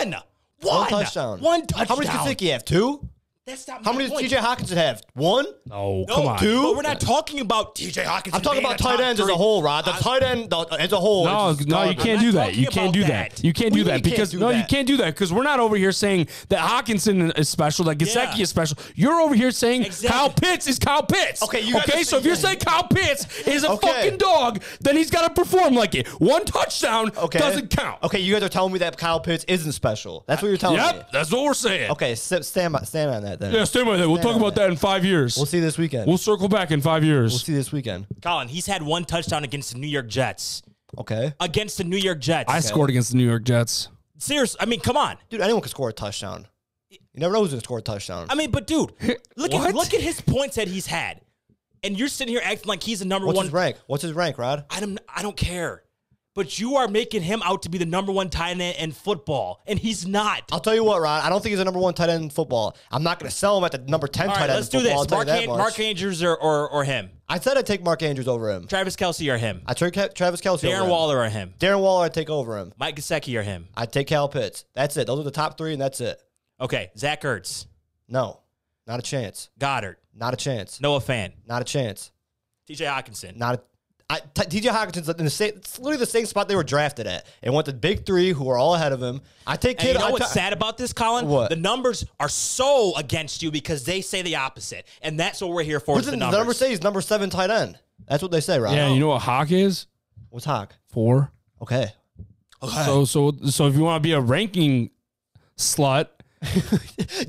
Speaker 4: One,
Speaker 3: One touchdown.
Speaker 4: One touchdown.
Speaker 3: How many does Kasicki have? Two?
Speaker 4: That's not
Speaker 3: How
Speaker 4: my
Speaker 3: many does
Speaker 4: point.
Speaker 3: TJ Hawkinson have? One?
Speaker 1: No,
Speaker 4: No,
Speaker 1: come on.
Speaker 3: dude.
Speaker 4: But we're not talking about TJ Hawkins.
Speaker 3: I'm talking
Speaker 4: being
Speaker 3: about
Speaker 4: a
Speaker 3: tight
Speaker 4: top
Speaker 3: ends as
Speaker 4: three.
Speaker 3: a whole, Rod. The
Speaker 4: I-
Speaker 3: tight end uh, as a whole.
Speaker 1: No,
Speaker 3: is just
Speaker 1: no, you
Speaker 3: garbage.
Speaker 1: can't do that. You
Speaker 4: talking
Speaker 1: can't do
Speaker 4: about
Speaker 1: that.
Speaker 4: that.
Speaker 1: You can't do
Speaker 3: What do you
Speaker 1: that
Speaker 3: mean you can't
Speaker 1: because
Speaker 3: do
Speaker 1: no, you
Speaker 3: that?
Speaker 1: can't do that because we're not over here saying that Hawkinson is special, that Gasecki
Speaker 4: Yeah.
Speaker 1: is special. You're over here saying
Speaker 4: Exactly.
Speaker 1: Kyle Pitts is Kyle Pitts.
Speaker 3: Okay, you
Speaker 1: okay.
Speaker 3: gotta
Speaker 1: So if
Speaker 3: say-
Speaker 1: you're saying Kyle Pitts is a
Speaker 3: Okay.
Speaker 1: fucking dog, then he's got to perform like it. One touchdown
Speaker 3: Okay.
Speaker 1: doesn't count.
Speaker 3: Okay, you guys are telling me that Kyle Pitts isn't special. That's what you're telling me.
Speaker 1: Yep, that's what we're saying.
Speaker 3: Okay, s- stand by, stand on that then.
Speaker 1: Yeah, stay by that. We'll
Speaker 3: Stand
Speaker 1: talk
Speaker 3: on
Speaker 1: about that in five years.
Speaker 3: We'll see this weekend.
Speaker 1: We'll
Speaker 3: We'll
Speaker 1: circle back in five years.
Speaker 3: see this weekend.
Speaker 4: Colin, he's had one touchdown against the New York Jets.
Speaker 3: Okay,
Speaker 4: Against the New York Jets.
Speaker 1: I scored against the New York Jets.
Speaker 4: Serious. I mean, come on.
Speaker 3: dude, anyone can score a touchdown. You never know who's gonna score a touchdown.
Speaker 4: I mean, but dude, look
Speaker 1: What?
Speaker 4: at look at his points that he's had, and you're sitting here acting like he's the number
Speaker 3: What's
Speaker 4: one.
Speaker 3: his rank? What's his rank, Rod?
Speaker 4: I don't. I don't care. But you are making him out to be the number one tight end in football, and he's not.
Speaker 3: I'll tell you what, Rod. I don't think he's the number one tight end in football. I'm not gonna sell him at the number ten
Speaker 4: All
Speaker 3: tight
Speaker 4: right,
Speaker 3: end.
Speaker 4: let's
Speaker 3: in
Speaker 4: do
Speaker 3: football,
Speaker 4: this.
Speaker 3: I'll
Speaker 4: Mark,
Speaker 3: tell you that
Speaker 4: An-
Speaker 3: much.
Speaker 4: Mark Andrews or, or or him.
Speaker 3: I said I'd take Mark Andrews over him.
Speaker 4: Travis Kelsey or him.
Speaker 3: I take Tra- Travis Kelsey. over
Speaker 4: Darren
Speaker 3: him.
Speaker 4: Waller or him.
Speaker 3: Darren Waller. I take over him.
Speaker 4: Mike Gesicki or him.
Speaker 3: I take Cal Pitts. That's it. Those are the top three, and that's it.
Speaker 4: Okay, Zach Ertz,
Speaker 3: No, not a chance.
Speaker 4: Goddard,
Speaker 3: Not a chance.
Speaker 4: Noah Fan,
Speaker 3: Not a chance.
Speaker 4: T.J. Hawkinson.
Speaker 3: Not a. I, T- TJ Hawkinson's in the same, it's literally the same spot they were drafted at, and went the big three who are all ahead of him. I take
Speaker 4: And
Speaker 3: kid.
Speaker 4: you know
Speaker 3: I
Speaker 4: what's
Speaker 3: ta-
Speaker 4: sad about this, Colin?
Speaker 3: What?
Speaker 4: The numbers are so against you because they say the opposite, and that's what we're here for. Is
Speaker 3: What's
Speaker 4: the
Speaker 3: in
Speaker 4: numbers.
Speaker 3: the number say? He's number seven tight end. That's what they say, right?
Speaker 1: Yeah, you know what Hawk is?
Speaker 3: What's Hawk?
Speaker 1: Four.
Speaker 3: Okay. (laughs)
Speaker 1: So so so if you want to be a ranking slut,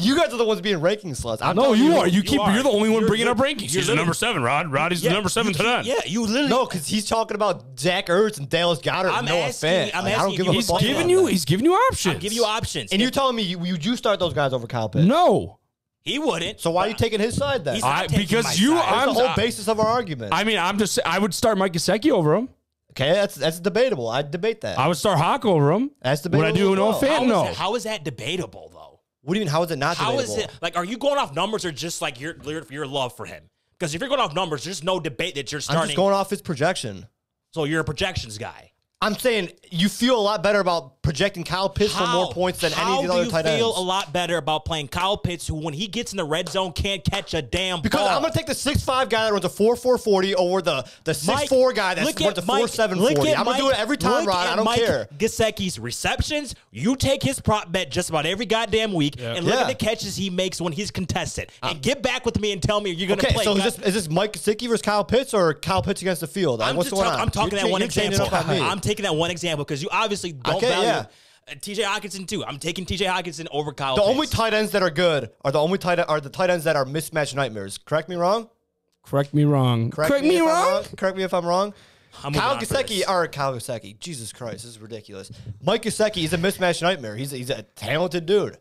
Speaker 3: you guys are the ones being ranking sluts. I'm
Speaker 1: No,
Speaker 3: telling
Speaker 1: you are. You, keep.
Speaker 4: are.
Speaker 1: You're the only one
Speaker 4: You're
Speaker 1: bringing up
Speaker 4: lit-
Speaker 1: rankings.
Speaker 4: you're
Speaker 1: He's the
Speaker 4: lit-
Speaker 1: number seven, Rod. Rod is the
Speaker 4: Yeah,
Speaker 1: number seven to
Speaker 4: you keep-
Speaker 1: that.
Speaker 4: Yeah, you literally.
Speaker 3: No, because he's talking about Zach Ertz and Dallas Goddard.
Speaker 4: I'm
Speaker 3: no
Speaker 4: asking-
Speaker 3: offense.
Speaker 4: I'm
Speaker 3: Like, I
Speaker 4: asking
Speaker 3: don't give
Speaker 4: you
Speaker 3: a
Speaker 1: He's
Speaker 4: Fuck
Speaker 3: fuck.
Speaker 1: giving
Speaker 3: about
Speaker 1: you.
Speaker 3: that.
Speaker 1: He's giving you options.
Speaker 4: I give you options.
Speaker 3: And
Speaker 4: If
Speaker 3: you're telling me you, you you start those guys over Kyle Pitts.
Speaker 1: No,
Speaker 4: he wouldn't.
Speaker 3: So why are you taking his side then?
Speaker 4: He's
Speaker 3: That's
Speaker 1: I
Speaker 4: taking my
Speaker 1: because you.
Speaker 4: side.
Speaker 1: I'm.
Speaker 3: the whole
Speaker 1: I-
Speaker 3: basis of our argument.
Speaker 1: I mean, I'm just. I would start Mike Gesicki over him.
Speaker 3: okay, that's that's debatable. I debate that.
Speaker 1: I would start Hawk over him.
Speaker 3: That's
Speaker 1: Would
Speaker 3: debatable.
Speaker 1: I do
Speaker 3: as
Speaker 1: an
Speaker 3: well.
Speaker 1: offense?
Speaker 4: How is
Speaker 1: no.
Speaker 4: that- how is that debatable though?
Speaker 3: What do you mean? How is it not
Speaker 4: How
Speaker 3: debatable?
Speaker 4: is it like? Are you going off numbers or just like your your, your love for him? Because if you're going off numbers, there's no debate that you're
Speaker 3: I'm
Speaker 4: starting.
Speaker 3: just going off his projection.
Speaker 4: so you're a projections guy.
Speaker 3: I'm saying you feel a lot better about projecting Kyle Pitts for more points than any
Speaker 4: how
Speaker 3: of these
Speaker 4: do
Speaker 3: other
Speaker 4: you
Speaker 3: tight
Speaker 4: feel
Speaker 3: ends.
Speaker 4: a lot better about playing Kyle Pitts, who when he gets in the red zone can't catch a damn
Speaker 3: because
Speaker 4: ball?
Speaker 3: I'm going to take the six five guy that runs a four four forty over the the six
Speaker 4: Mike,
Speaker 3: four guy that
Speaker 4: look
Speaker 3: runs a
Speaker 4: at Mike-
Speaker 3: four seven
Speaker 4: look
Speaker 3: forty.
Speaker 4: at
Speaker 3: I'm going to do
Speaker 4: Mike-
Speaker 3: it every time,
Speaker 4: look
Speaker 3: Rod. I
Speaker 4: at
Speaker 3: don't
Speaker 4: Mike
Speaker 3: care.
Speaker 4: Gesicki's receptions. You take his prop bet just about every goddamn week, and look
Speaker 3: Yeah. Uh,
Speaker 4: at the catches he makes when he's contested. And get back with me and tell me you're going to
Speaker 3: Okay,
Speaker 4: play.
Speaker 3: so is
Speaker 4: Kyle-
Speaker 3: this, is this Mike Gesicki versus Kyle Pitts or Kyle Pitts against the field? Like,
Speaker 4: I'm
Speaker 3: what's
Speaker 4: just
Speaker 3: going
Speaker 4: talk-
Speaker 3: on?
Speaker 4: I'm talking
Speaker 3: You're
Speaker 4: that
Speaker 3: cha-
Speaker 4: one
Speaker 3: you're changing
Speaker 4: example.
Speaker 3: Up on me.
Speaker 4: I'm taking that one example because you obviously don't
Speaker 3: Okay,
Speaker 4: value
Speaker 3: yeah.
Speaker 4: uh, T.J. Hawkinson too. I'm taking T.J. Hawkinson over Kyle.
Speaker 3: the
Speaker 4: Pitts.
Speaker 3: only tight ends that are good are the only tight are the tight ends that are mismatch nightmares. Correct me wrong.
Speaker 1: Correct me wrong.
Speaker 3: Correct,
Speaker 1: me,
Speaker 3: if I'm
Speaker 1: wrong.
Speaker 3: Correct me if I'm wrong.
Speaker 4: I'm moving
Speaker 3: Kyle
Speaker 4: on from
Speaker 3: Gesicki,
Speaker 4: this.
Speaker 3: or Kyle Gesicki, Jesus Christ, this is ridiculous. Mike Gesicki is a mismatch nightmare. He's a, he's a talented dude.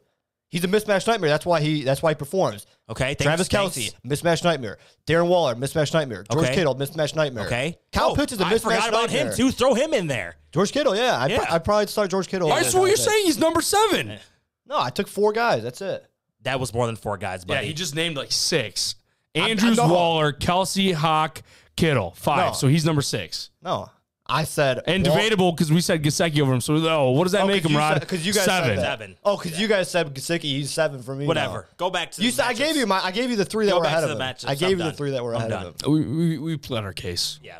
Speaker 3: He's a mismatch nightmare. That's why he that's why he performs.
Speaker 4: Okay, thanks-
Speaker 3: Travis
Speaker 4: thanks.
Speaker 3: Kelsey, mismatch nightmare. Darren Waller, mismatch nightmare. George
Speaker 4: Okay.
Speaker 3: Kittle, mismatch nightmare.
Speaker 4: Okay.
Speaker 3: Kyle
Speaker 4: Oh,
Speaker 3: Pitts is a mismatch
Speaker 4: I forgot about
Speaker 3: nightmare.
Speaker 4: him too. Throw him in there.
Speaker 3: George Kittle, yeah, I'd,
Speaker 4: Yeah.
Speaker 3: I'd probably start George Kittle.
Speaker 1: All
Speaker 3: over
Speaker 1: right, so what
Speaker 3: Kyle
Speaker 1: you're
Speaker 3: Pitts.
Speaker 1: saying? He's number seven.
Speaker 3: No, I took four guys. That's it.
Speaker 4: That was more than four guys, buddy.
Speaker 1: Yeah, he just named like six. Andrews,
Speaker 3: no.
Speaker 1: Waller, Kelsey, Hawk, Kittle, five.
Speaker 3: No.
Speaker 1: So he's number six.
Speaker 3: No, I said
Speaker 1: And
Speaker 3: Wal-
Speaker 1: debatable because we said Gasecki over him. So oh, what does that
Speaker 3: Oh,
Speaker 1: make him, Rod?
Speaker 3: Because you guys said
Speaker 1: seven.
Speaker 3: that.
Speaker 4: Seven.
Speaker 3: Oh, because you guys said Gasicki. He's seven for me. now.
Speaker 4: Whatever. Go back to
Speaker 3: You
Speaker 4: the
Speaker 3: said, I gave
Speaker 4: matchups.
Speaker 3: you my I gave you the three that
Speaker 4: Go
Speaker 3: were
Speaker 4: back
Speaker 3: ahead
Speaker 4: to
Speaker 3: of
Speaker 4: the
Speaker 3: him.
Speaker 4: matchups.
Speaker 3: I
Speaker 4: I'm
Speaker 3: gave you the
Speaker 4: done.
Speaker 3: three that were
Speaker 4: I'm
Speaker 3: ahead
Speaker 4: done.
Speaker 3: of him.
Speaker 1: We, we, we pled our case.
Speaker 4: Yeah.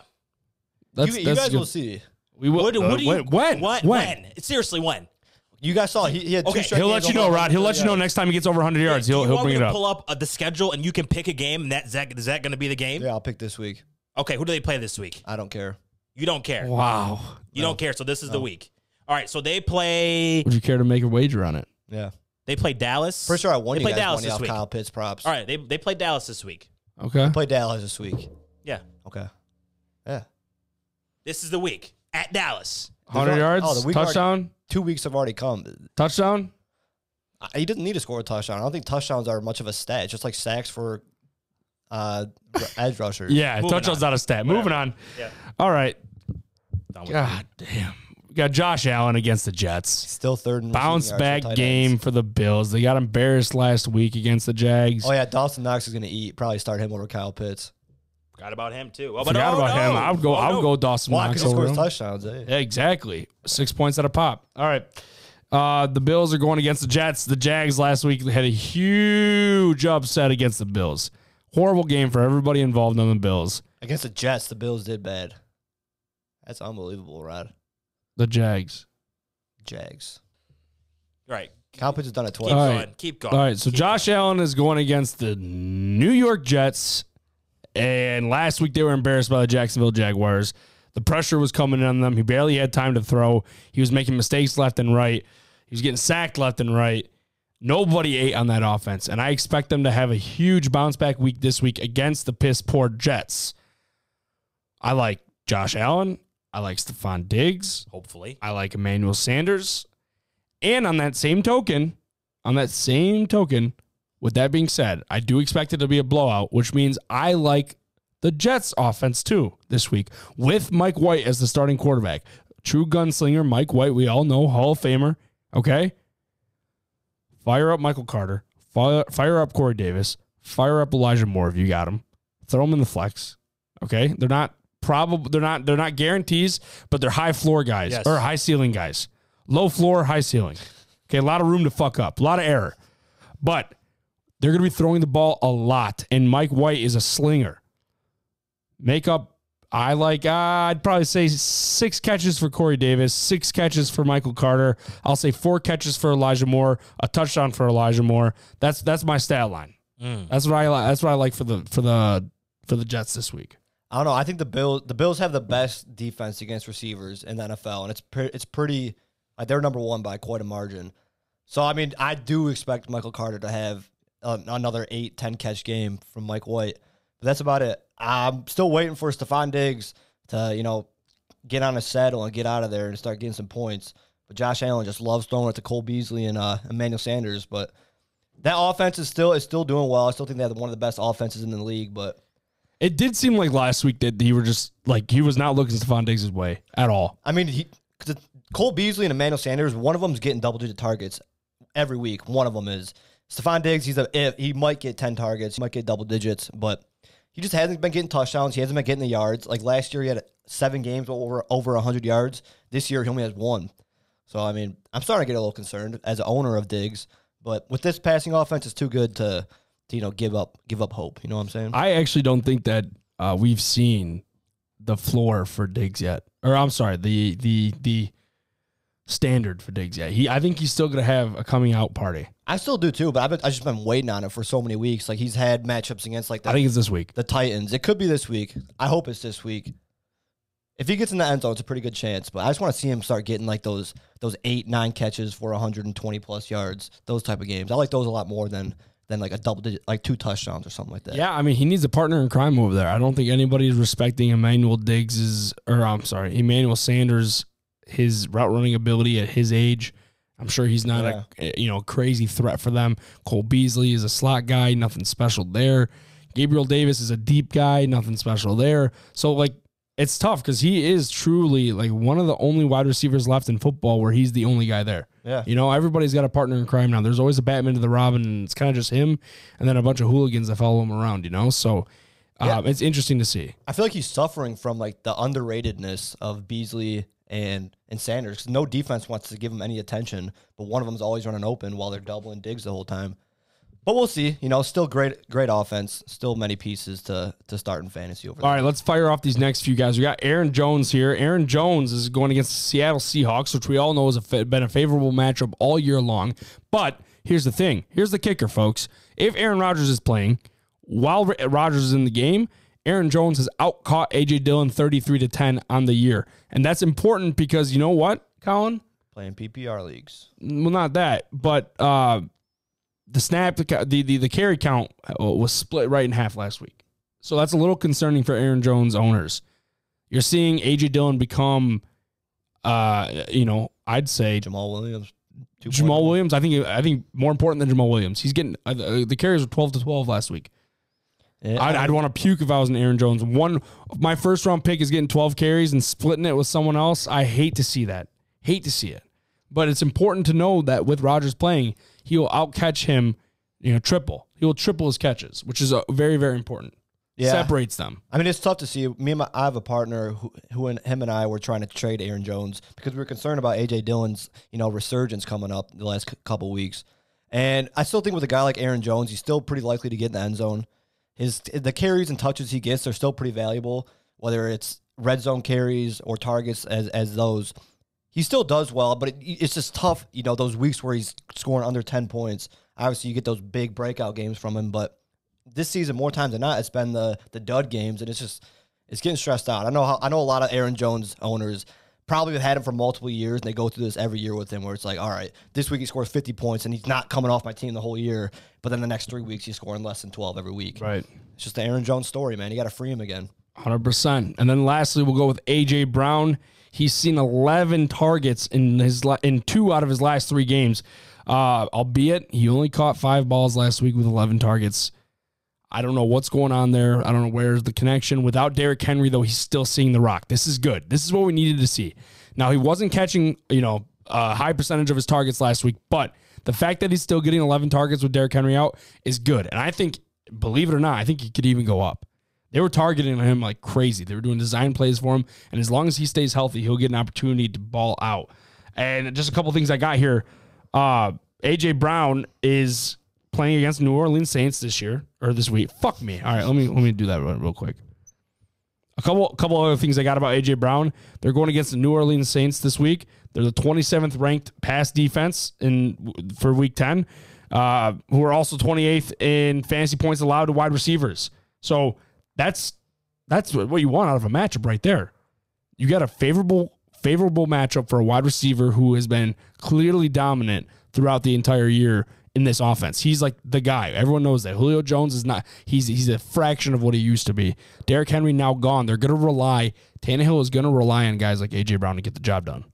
Speaker 1: That's,
Speaker 3: You, you
Speaker 1: that's
Speaker 3: guys
Speaker 1: good.
Speaker 3: will see.
Speaker 1: We will.
Speaker 4: What,
Speaker 1: uh,
Speaker 4: what do you,
Speaker 1: when, when?
Speaker 4: What,
Speaker 1: When?
Speaker 4: when? Seriously, when?
Speaker 3: You guys saw he, he had two
Speaker 4: Okay.
Speaker 3: straight
Speaker 1: He'll
Speaker 3: games
Speaker 1: let you
Speaker 3: over
Speaker 1: know, Rod. He'll
Speaker 3: 130
Speaker 1: let you know
Speaker 3: yards.
Speaker 1: next time he gets over 100 yards.
Speaker 4: Do you
Speaker 1: He'll he'll
Speaker 4: want me
Speaker 1: bring it
Speaker 4: to
Speaker 1: up.
Speaker 4: pull up uh, the schedule and you can pick a game. And that, is, that, is that going to be the game?
Speaker 3: Yeah, I'll pick this week.
Speaker 4: Okay, who do they play this week?
Speaker 3: I don't care.
Speaker 4: You don't care.
Speaker 1: Wow.
Speaker 4: You don't care. So this is the week. All right. So they play.
Speaker 1: Would you care to make a wager on it?
Speaker 3: Yeah.
Speaker 4: They play Dallas.
Speaker 3: Pretty sure I won
Speaker 4: They
Speaker 3: you
Speaker 4: play
Speaker 3: guys
Speaker 4: Dallas
Speaker 3: money
Speaker 4: this
Speaker 3: off
Speaker 4: week.
Speaker 3: Kyle Pitts props.
Speaker 4: All right. They they play Dallas this week.
Speaker 1: Okay.
Speaker 3: Play Dallas this week.
Speaker 4: Yeah.
Speaker 3: Okay. Yeah.
Speaker 4: This is the week at Dallas.
Speaker 1: 100
Speaker 3: There's a-
Speaker 1: yards.
Speaker 3: oh, the week already-
Speaker 1: touchdown.
Speaker 3: Two weeks have already come.
Speaker 1: Touchdown.
Speaker 3: I- He doesn't need to score a touchdown. I don't think touchdowns are much of a stat. It's just like sacks for uh, r- edge
Speaker 1: (laughs)
Speaker 3: rushers.
Speaker 1: Yeah,
Speaker 4: Moving
Speaker 1: touchdown's
Speaker 4: on.
Speaker 1: not a stat. Moving on.
Speaker 4: Yeah.
Speaker 1: All right.
Speaker 4: Done with
Speaker 1: God damn. We got Josh Allen against the Jets.
Speaker 3: Still third and
Speaker 1: Bounce back game for the Bills. They got embarrassed last week against the Jags.
Speaker 3: Oh yeah, Dawson Knox is gonna eat. Probably start him over Kyle Pitts.
Speaker 4: Forgot about him too. Oh, but
Speaker 1: Forgot
Speaker 4: oh,
Speaker 1: about
Speaker 4: no.
Speaker 1: him. I would go.
Speaker 4: Oh,
Speaker 1: I would
Speaker 4: no.
Speaker 1: go Dawson
Speaker 3: Why?
Speaker 1: Knox
Speaker 3: Because he
Speaker 1: over
Speaker 3: scores
Speaker 1: him.
Speaker 3: touchdowns. eh?
Speaker 1: Yeah, exactly. Six points at a pop. All right. Uh, the Bills are going against the Jets. The Jags last week had a huge upset against the Bills. Horrible game for everybody involved on the Bills.
Speaker 3: Against the Jets, the Bills did bad. That's unbelievable, Rod.
Speaker 1: The Jags.
Speaker 3: Jags.
Speaker 4: Right.
Speaker 3: Kyle Pitts has done it
Speaker 4: Keep
Speaker 3: twice.
Speaker 1: Uh, All
Speaker 4: going.
Speaker 1: right.
Speaker 4: Keep going.
Speaker 1: All right, so
Speaker 4: Keep
Speaker 1: Josh Allen is going against the New York Jets, and last week they were embarrassed by the Jacksonville Jaguars. The pressure was coming in on them. He barely had time to throw. He was making mistakes left and right. He was getting sacked left and right. Nobody ate on that offense, and I expect them to have a huge bounce back week this week against the piss poor Jets. I like Josh Allen. I like Stephon Diggs.
Speaker 4: going. Hopefully.
Speaker 1: I like Emmanuel Sanders. And on that same token, on that same token, with that being said, I do expect it to be a blowout, which means I like the Jets offense too this week with Mike White as the starting quarterback. True gunslinger, Mike White, we all know, Hall of Famer. Okay. Fire up Michael Carter. Fire, fire up Corey Davis. Fire up Elijah Moore if you got him. Throw him in the flex. Okay. They're not probably they're not they're not guarantees, but they're high floor guys
Speaker 4: Yes.
Speaker 1: or high ceiling guys. Low floor, high ceiling. Okay, a lot of room to fuck up, a lot of error. But they're going to be throwing the ball a lot, and Mike White is a slinger. Make up, I like, uh, I'd probably say six catches for Corey Davis, six catches for Michael Carter. I'll say four catches for Elijah Moore, a touchdown for Elijah Moore. That's that's my stat line. That's what I like. That's what I like for the for the for the Jets this week.
Speaker 3: I don't know. I think the Bills the Bills have the best defense against receivers in the NFL, and it's pre- it's pretty. Like, they're number one by quite a margin. So I mean, I do expect Michael Carter to have an another eight, 10 catch game from Mike White, but that's about it. I'm still waiting for Stephon Diggs to you know get on a saddle and get out of there and start getting some points. But Josh Allen just loves throwing it to Cole Beasley and uh, Emmanuel Sanders. But that offense is still is still doing well. I still think they have one of the best offenses in the league. But
Speaker 1: It did seem like last week that he were just like he was not looking Stephon Diggs' way at all.
Speaker 3: I mean, he, 'cause Cole Beasley and Emmanuel Sanders, one of them's getting double digit targets every week. One of them is Stephon Diggs. He's a if he might get ten targets, he might get double digits, but he just hasn't been getting touchdowns. He hasn't been getting the yards. Like last year, he had seven games over over hundred yards. This year, he only has one. So I mean, I'm starting to get a little concerned as an owner of Diggs, but with this passing offense, it's too good to, to you know give up give up hope. You know what I'm saying?
Speaker 1: I actually don't think that uh, we've seen the floor for Diggs yet, or I'm sorry, the the the standard for Diggs yet. He, I think he's still gonna have a coming out party.
Speaker 3: I still do too, but I've, been, I've just been waiting on it for so many weeks. Like he's had matchups against like
Speaker 1: I
Speaker 3: the
Speaker 1: think it's this week.
Speaker 3: the Titans. It could be this week. I hope it's this week. If he gets in the end zone, it's a pretty good chance. But I just want to see him start getting like those those eight, nine catches for 120 plus yards, those type of games. I like those a lot more than than like a double digit, like two touchdowns or something like that.
Speaker 1: Yeah, I mean he needs a partner in crime over there. I don't think anybody's respecting Emmanuel Diggs's or I'm sorry, Emmanuel Sanders his route running ability at his age. I'm sure he's not a you know crazy threat for them. Cole Beasley is a slot guy, nothing special there. Gabriel Davis is a deep guy, nothing special there. So like it's tough because he is truly like one of the only wide receivers left in football where he's the only guy there.
Speaker 3: Yeah.
Speaker 1: You know, everybody's got a partner in crime now. There's always a Batman to the Robin, and it's kind of just him and then a bunch of hooligans that follow him around, you know? So um, it's interesting to see.
Speaker 3: I feel like he's suffering from like the underratedness of Beasley and and Sanders. 'cause no defense wants to give him any attention, but one of them's always running open while they're doubling digs the whole time. But we'll see. You know, still great, great offense. Still many pieces to to start in fantasy over. there.
Speaker 1: All right, let's fire off these next few guys. We got Aaron Jones here. Aaron Jones is going against the Seattle Seahawks, which we all know has a fa- been a favorable matchup all year long. But here's the thing here's the kicker, folks. If Aaron Rodgers is playing, while Ro- Rodgers is in the game, Aaron Jones has outcaught AJ Dillon 33 to 10 on the year. And that's important because you know what, Colin?
Speaker 3: Playing PPR leagues.
Speaker 1: well, not that, but uh, the snap, the, ca- the the the carry count uh, was split right in half last week. So that's a little concerning for Aaron Jones owners. You're seeing AJ Dillon become, uh, you know, I'd say
Speaker 3: Jamal Williams. 2.0.
Speaker 1: Jamal Williams. I think I think more important than Jamal Williams. He's getting uh, the the carries were 12 to 12 last week.
Speaker 3: Yeah,
Speaker 1: I'd, I'd want to puke if I was an Aaron Jones. One, my first round pick is getting 12 carries and splitting it with someone else. I hate to see that. Hate to see it. But it's important to know that with Rodgers playing, he will outcatch him. You know, triple. He will triple his catches, which is uh very, very important.
Speaker 3: Yeah.
Speaker 1: Separates them.
Speaker 3: I mean, it's tough to see. Me and my, I have a partner who, who and him and I were trying to trade Aaron Jones because we were concerned about AJ Dillon's, you know, resurgence coming up the last cou- couple weeks. And I still think with a guy like Aaron Jones, he's still pretty likely to get in the end zone. His the carries and touches he gets are still pretty valuable, whether it's red zone carries or targets as as those. He still does well, but it, it's just tough, you know, those weeks where he's scoring under ten points. Obviously, you get those big breakout games from him, but this season more times than not it's been the the dud games and it's just it's getting stressed out. I know how I know a lot of Aaron Jones owners probably have had him for multiple years and they go through this every year with him where it's like, all right, this week he scores 50 points and he's not coming off my team the whole year, but then the next 3 weeks he's scoring less than 12 every week.
Speaker 1: Right.
Speaker 3: It's just the Aaron Jones story, man. You got to free him again.
Speaker 1: Hundred percent. And then lastly, we'll go with AJ Brown. He's seen eleven targets in his la- in two out of his last three games. Uh, albeit he only caught five balls last week with eleven targets. I don't know what's going on there. I don't know where's the connection. Without Derrick Henry, though, he's still seeing the rock. This is good. This is what we needed to see. Now he wasn't catching, you know, a high percentage of his targets last week, but the fact that he's still getting 11 targets with Derrick Henry out is good. And I think, believe it or not, I think he could even go up. They were targeting him like crazy. They were doing design plays for him, and as long as he stays healthy, he'll get an opportunity to ball out. And just a couple things I got here. Uh, AJ Brown is playing against New Orleans Saints this year or this week. Fuck me. All right, let me let me do that real real quick. A couple couple other things I got about AJ Brown. They're going against the New Orleans Saints this week. They're the 27th ranked pass defense in for Week 10, uh, who are also 28th in fantasy points allowed to wide receivers. So that's that's what you want out of a matchup right there. You got a favorable favorable matchup for a wide receiver who has been clearly dominant throughout the entire year in this offense. He's like the guy. Everyone knows that. Julio Jones is not he's he's a fraction of what he used to be. Derrick Henry now gone. They're gonna rely Tannehill is gonna rely on guys like AJ Brown to get the job done.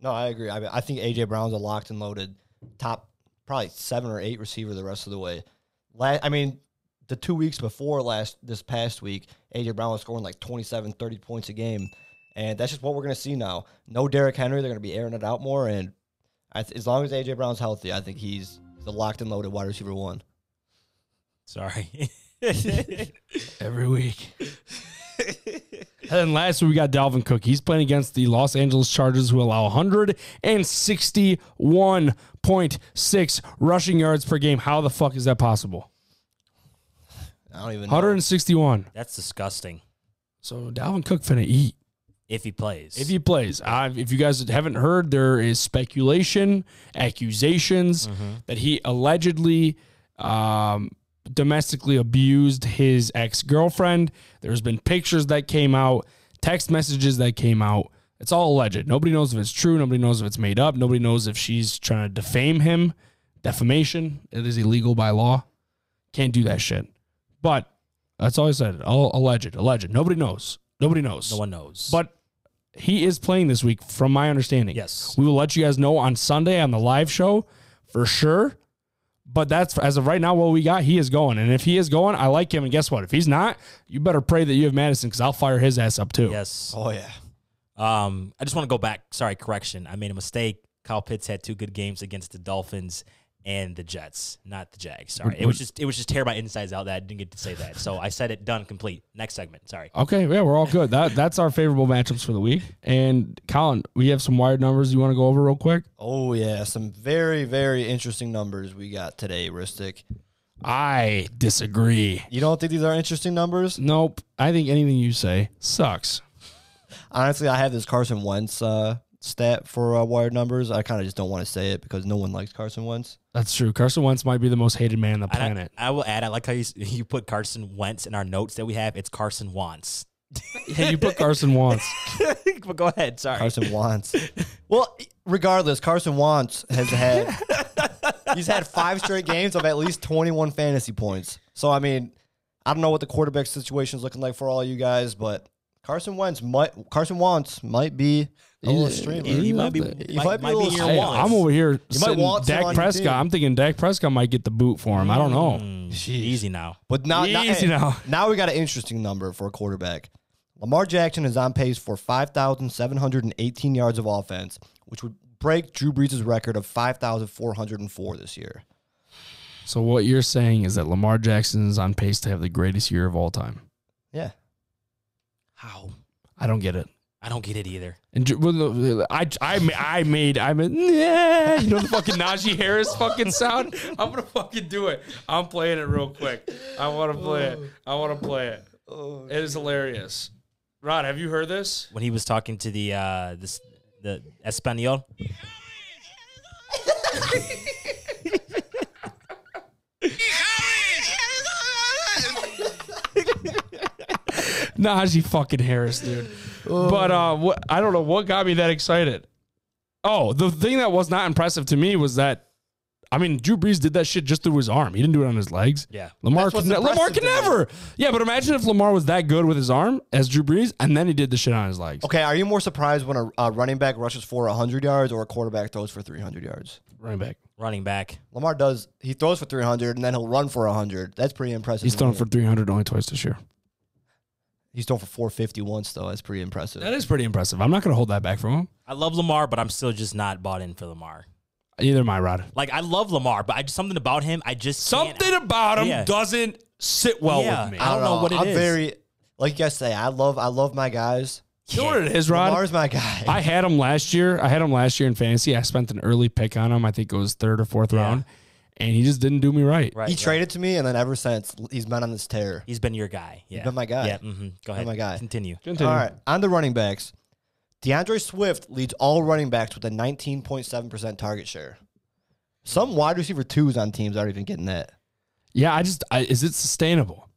Speaker 3: No, I agree. I, mean, I think AJ Brown's a locked and loaded top, probably seven or eight receiver the rest of the way. La I mean, the two weeks before last, this past week, AJ Brown was scoring like 27, 30 points a game. And that's just what we're going to see now. No Derrick Henry. They're going to be airing it out more. And I th- as long as AJ Brown's healthy, I think he's the locked and loaded wide receiver one.
Speaker 1: (laughs)
Speaker 4: Sorry. (laughs) Every week.
Speaker 1: And then lastly, we got Dalvin Cook. He's playing against the Los Angeles Chargers, who allow 161.6 rushing yards per game. How the fuck is that possible?
Speaker 3: I don't even know.
Speaker 1: 161.
Speaker 4: That's disgusting.
Speaker 1: So Dalvin Cook finna eat.
Speaker 4: If he plays.
Speaker 1: If he plays, i if you guys haven't heard, there is speculation, accusations that he allegedly um, domestically abused his ex girlfriend. There's been pictures that came out, text messages that came out. It's all alleged. Nobody knows if it's true. Nobody knows if it's made up. Nobody knows if she's trying to defame him. Defamation, it is illegal by law. Can't do that shit. But that's all I said. All alleged, alleged. Nobody knows. Nobody knows.
Speaker 4: no one knows.
Speaker 1: But he is playing this week, from my understanding.
Speaker 4: Yes.
Speaker 1: We will let you guys know on Sunday on the live show for sure. But that's as of right now, what we got, he is going. And if he is going, I like him. And guess what? If he's not, you better pray that you have Madison because I'll fire his ass up too.
Speaker 4: yes.
Speaker 3: Oh, yeah.
Speaker 4: Um, I just want to go back. Sorry, correction. I made a mistake. Kyle Pitts had two good games against the Dolphins and the Jets, not the Jags. Sorry, it was just it was just terrible insides out that I didn't get to say that. So I said it. Done. Complete. Next segment. Sorry.
Speaker 1: Okay. Yeah, we're all good. That That's our favorable matchups for the week. And Colin, we have some wired numbers you want to go over real quick.
Speaker 3: Oh, yeah. Some very, very interesting numbers we got today, Ristic.
Speaker 1: I disagree.
Speaker 3: You don't think these are interesting numbers?
Speaker 1: Nope. I think anything you say sucks.
Speaker 3: Honestly, I have this Carson Wentz uh, stat for uh, wired numbers. I kind of just don't want to say it because no one likes Carson Wentz.
Speaker 1: That's true. Carson Wentz might be the most hated man on the
Speaker 4: And I-
Speaker 1: planet.
Speaker 4: I, will add. I like how you s- (laughs) you put Carson Wentz in our notes that we have. It's Carson wants. (laughs)
Speaker 1: Hey, you put Carson Wentz.
Speaker 4: but go ahead. Sorry.
Speaker 3: Carson Wentz. well, e, regardless, Carson Wentz has had he's had five straight games of at least 21 fantasy points. So I mean, I don't know what the quarterback situation is looking like for all you guys, but Carson Wentz might Carson Wentz might be a little streamer.
Speaker 1: he
Speaker 3: He
Speaker 4: might be,
Speaker 1: Love
Speaker 3: might, be a little
Speaker 4: in your
Speaker 1: Hey,
Speaker 3: streamer.
Speaker 4: wants.
Speaker 1: I'm over here. sitting
Speaker 3: want some on
Speaker 1: Dak
Speaker 3: your
Speaker 1: Prescott.
Speaker 3: team.
Speaker 1: I'm thinking Dak Prescott might get the boot for him. I don't know.
Speaker 4: Mm, easy now.
Speaker 3: But now, now,
Speaker 1: Easy
Speaker 3: hey,
Speaker 1: now.
Speaker 3: (laughs) now we got an interesting number for a quarterback. Lamar Jackson is on pace for 5,718 yards of offense, which would break Drew Brees' record of 5,404 this year.
Speaker 1: So what you're saying is that Lamar Jackson is on pace to have the greatest year of all time.
Speaker 3: Yeah.
Speaker 4: How?
Speaker 1: I don't get it.
Speaker 4: I don't get it either.
Speaker 1: And Drew- well, no, I, I, ma- I made, I made, yeah, you know the fucking Najee Harris fucking sound. I'm gonna fucking do it. I'm playing it real quick. I want to play it. I want to play it.
Speaker 3: Oh,
Speaker 1: It is hilarious. Rod, have you heard this?
Speaker 4: When he was talking to the uh this the Espanol.
Speaker 1: Najee fucking Harris, dude. But uh, wh- I don't know what got me that excited. Oh, the thing that was not impressive to me was that, I mean, Drew Brees did that shit just through his arm. He didn't do it on his legs.
Speaker 4: Yeah.
Speaker 1: Lamar
Speaker 3: That's
Speaker 1: can,
Speaker 3: what's
Speaker 1: Lamar
Speaker 3: impressive
Speaker 1: can
Speaker 3: to me.
Speaker 1: never. Yeah, but imagine if Lamar was that good with his arm as Drew Brees, and then he did the shit on his legs.
Speaker 3: Okay, are you more surprised when a, a running back rushes for 100 yards or a quarterback throws for 300 yards?
Speaker 1: Running back.
Speaker 4: Running back.
Speaker 3: Lamar does. He throws for 300 and then he'll run for 100. That's pretty impressive.
Speaker 1: He's thrown for 300 only twice this year.
Speaker 3: He's thrown for 450 once though. That's pretty impressive.
Speaker 1: That is pretty impressive. I'm not going to hold that back from him.
Speaker 4: I love Lamar, but I'm still just not bought in for Lamar.
Speaker 1: Either am I, Rod.
Speaker 4: Like I love Lamar, but I just something about him. I just can't-
Speaker 1: Something about him
Speaker 4: Yeah.
Speaker 1: doesn't sit well
Speaker 4: Yeah.
Speaker 1: with me.
Speaker 4: I don't know what it
Speaker 3: I'm
Speaker 4: is.
Speaker 3: very like you guys say. I love I love my guys.
Speaker 1: You know what it is, Rod?
Speaker 3: Lamar's my guy.
Speaker 1: I had him last year. I had him last year in fantasy. I spent an early pick on him. I think it was third or fourth round, and he just didn't do me right.
Speaker 4: Right,
Speaker 3: he
Speaker 4: right.
Speaker 3: traded to me, and then ever since he's been on this tear.
Speaker 4: He's been your guy. Yeah.
Speaker 3: been my guy.
Speaker 4: Yeah. hmm Go ahead.
Speaker 3: my guy.
Speaker 4: Continue.
Speaker 1: Continue.
Speaker 3: All right, on the running backs, DeAndre Swift leads all running backs with a 19.7 percent target share. Some wide receiver twos on teams aren't even getting that.
Speaker 1: Yeah, I just I, is it sustainable?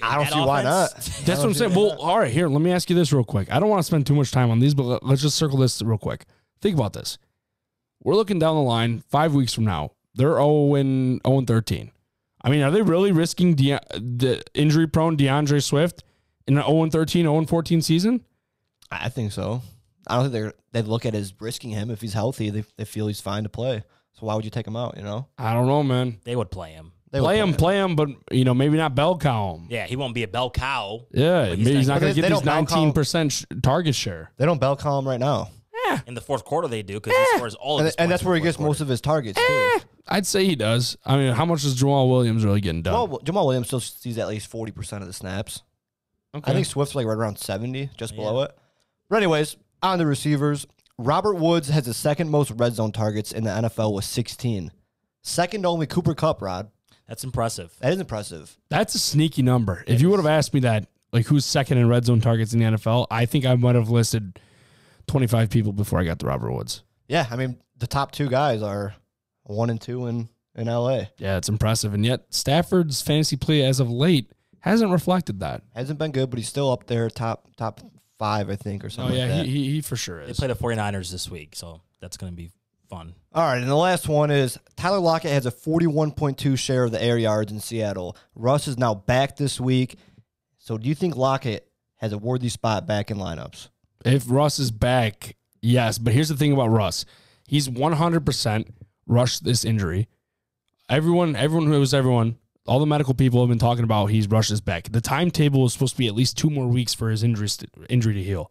Speaker 3: I don't
Speaker 4: That
Speaker 3: see why
Speaker 4: offense?
Speaker 3: not.
Speaker 1: That's what I'm saying. Well, all right, here. Let me ask you this real quick. I don't want to spend too much time on these, but let- let's just circle this real quick. Think about this. We're looking down the line five weeks from now. They're 0 and 0 and 13. I mean, are they really risking De- the injury prone DeAndre Swift in an 0 and 13, 0 and 14 season?
Speaker 3: I think so. I don't think they're they look at it as risking him if he's healthy. They, they feel he's fine to play. So why would you take him out? You know,
Speaker 1: I don't know, man.
Speaker 4: They would play him.
Speaker 3: they would
Speaker 1: play him, play him, but you know maybe not bell cow him.
Speaker 4: Yeah, he won't be a bell cow
Speaker 1: Yeah,
Speaker 4: But he's
Speaker 1: maybe he's
Speaker 4: not-
Speaker 1: not going
Speaker 3: But they-
Speaker 1: to get
Speaker 3: they
Speaker 1: this
Speaker 3: don't bell cow-
Speaker 1: 19% sh- target share.
Speaker 3: They don't bell call him right now,
Speaker 4: in the fourth quarter. They do because he scores all of
Speaker 3: and,
Speaker 4: his
Speaker 3: and
Speaker 4: points
Speaker 3: that's
Speaker 4: in
Speaker 3: where
Speaker 4: the
Speaker 3: he
Speaker 4: fourth
Speaker 3: gets
Speaker 4: quarter.
Speaker 3: most of his targets.
Speaker 1: Eh.
Speaker 3: too.
Speaker 1: I'd say he does. I mean, how much is Jamal Williams really getting done?
Speaker 3: Jamal, Jamal Williams still sees at least forty percent of the snaps.
Speaker 1: okay.
Speaker 3: I think Swift's like right around 70, just below it. But anyways, on the receivers, Robert Woods has the second most red zone targets in the NFL with 16. Second only Cooper Cup, Rod.
Speaker 4: That's impressive.
Speaker 3: That is impressive.
Speaker 1: That's a sneaky number. If you would have asked me that, like who's second in red zone targets in the NFL, I think I might have listed 25 people before I got to Robert Woods.
Speaker 3: Yeah, I mean, the top two guys are one and two in, in LA.
Speaker 1: Yeah, it's impressive. And yet Stafford's fantasy play as of late hasn't reflected that.
Speaker 3: Hasn't been good, but he's still up there top top five, I think, or
Speaker 1: Oh,
Speaker 3: something like
Speaker 1: yeah,
Speaker 3: that.
Speaker 1: he, he, he for sure
Speaker 4: They
Speaker 1: is.
Speaker 4: play the 49ers this week, so that's going to be fun.
Speaker 3: All right, and the last one is Tyler Lockett has a 41.2 share of the air yards in Seattle. Russ is now back this week. So do you think Lockett has a worthy spot back in lineups?
Speaker 1: If Russ is back, yes. But here's the thing about Russ. He's 100% rushed this injury. Everyone, everyone who was everyone, all the medical people have been talking about he's rushed his back. The timetable is supposed to be at least two more weeks for his injury, injury to heal.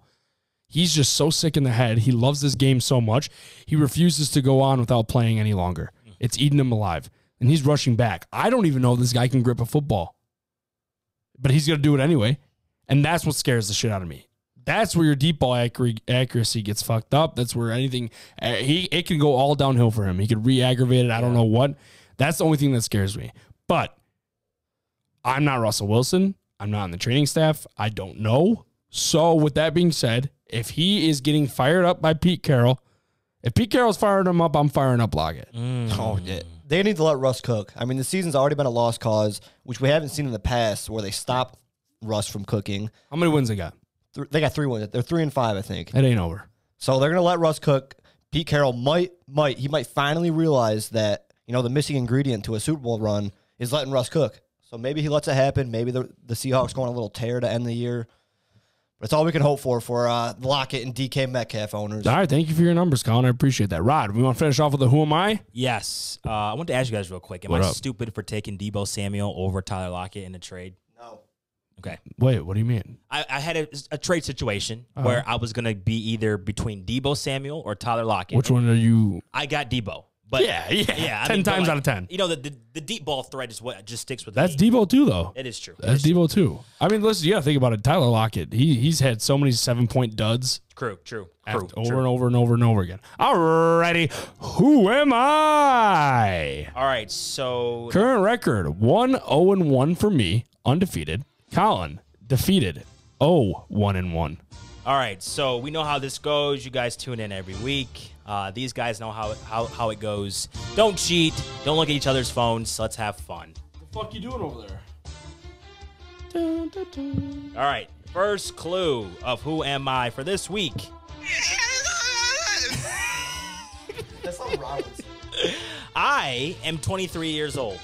Speaker 1: He's just so sick in the head. He loves this game so much. He refuses to go on without playing any longer. It's eating him alive. And he's rushing back. I don't even know if this guy can grip a football. But he's going to do it anyway. And that's what scares the shit out of me. That's where your deep ball accuracy accuracy gets fucked up. That's where anything uh, he it can go all downhill for him. He could re-aggravate it. I don't know what. That's the only thing that scares me. But I'm not Russell Wilson. I'm not on the training staff. I don't know. So with that being said, if he is getting fired up by Pete Carroll, if Pete Carroll's firing him up, I'm firing up Lockett.
Speaker 3: Oh, yeah. They need to let Russ cook. I mean, the season's already been a lost cause, which we haven't seen in the past where they stopped Russ from cooking.
Speaker 1: How many wins they got?
Speaker 3: Th- They got three wins. They're three and five, I think.
Speaker 1: It ain't over.
Speaker 3: So they're going to let Russ cook. Pete Carroll might, might, he might finally realize that, you know, the missing ingredient to a Super Bowl run is letting Russ cook. So maybe he lets it happen. Maybe the, the Seahawks go on a little tear to end the year. But it's all we can hope for for uh, Lockett and DK Metcalf owners.
Speaker 1: All right, thank you for your numbers, Colin. I appreciate that. Rod, we want to finish off with a who am I?
Speaker 4: Yes. Uh, I want to ask you guys real quick. Am
Speaker 1: What
Speaker 4: I
Speaker 1: up?
Speaker 4: stupid for taking Debo Samuel over Tyler Lockett in a trade?
Speaker 3: No.
Speaker 4: Okay.
Speaker 1: Wait, what do you mean?
Speaker 4: I, I had a, a trade situation where I was going to be either between Debo Samuel or Tyler Lockett.
Speaker 1: Which one are you?
Speaker 4: I got Debo. But
Speaker 1: Yeah, yeah.
Speaker 4: I
Speaker 1: 10
Speaker 4: but
Speaker 1: times out of 10.
Speaker 4: You know, the, the, the deep ball threat is what just sticks with
Speaker 1: That's
Speaker 4: me.
Speaker 1: Debo too, though.
Speaker 4: It is true.
Speaker 1: That's Debo too. I mean, listen, you got to think about it. Tyler Lockett, he he's had so many seven point duds
Speaker 4: True, true, true.
Speaker 1: after, over and over and over and over again. Alrighty, who am I?
Speaker 4: All right, so
Speaker 1: Current record one zero and one for me, undefeated. Colin defeated. Oh, one and one.
Speaker 4: All right, so we know how this goes. You guys tune in every week. Uh, these guys know how, how how it goes. Don't cheat. Don't look at each other's phones. Let's have fun.
Speaker 1: What the fuck you doing over there?
Speaker 4: All right, first clue of who am I for this week?
Speaker 3: That's not Rollins.
Speaker 4: I am 23 years old.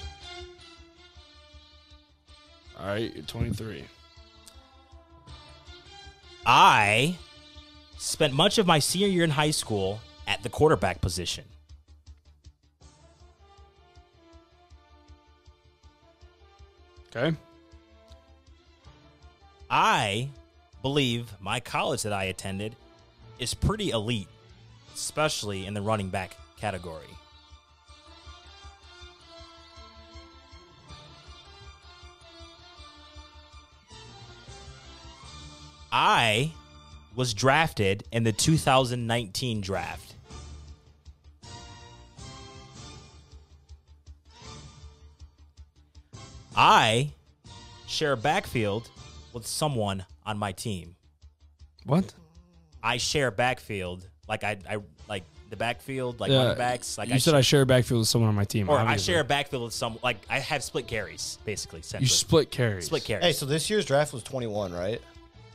Speaker 1: All right, twenty three.
Speaker 4: I spent much of my senior year in high school at the quarterback position.
Speaker 1: Okay.
Speaker 4: I believe my college that I attended is pretty elite, especially in the running back category. I was drafted in the 2019 draft. I share a backfield with someone on my team.
Speaker 1: What?
Speaker 4: I share backfield, like I, I like the backfield, like running backs. Like
Speaker 1: you said, I share a backfield with someone on my team.
Speaker 4: or
Speaker 1: obviously.
Speaker 4: I share a backfield with some. Like I have split carries, basically.
Speaker 1: You
Speaker 4: Essentially.
Speaker 1: split carries.
Speaker 4: split carries.
Speaker 3: Hey, so this year's draft was 21, right?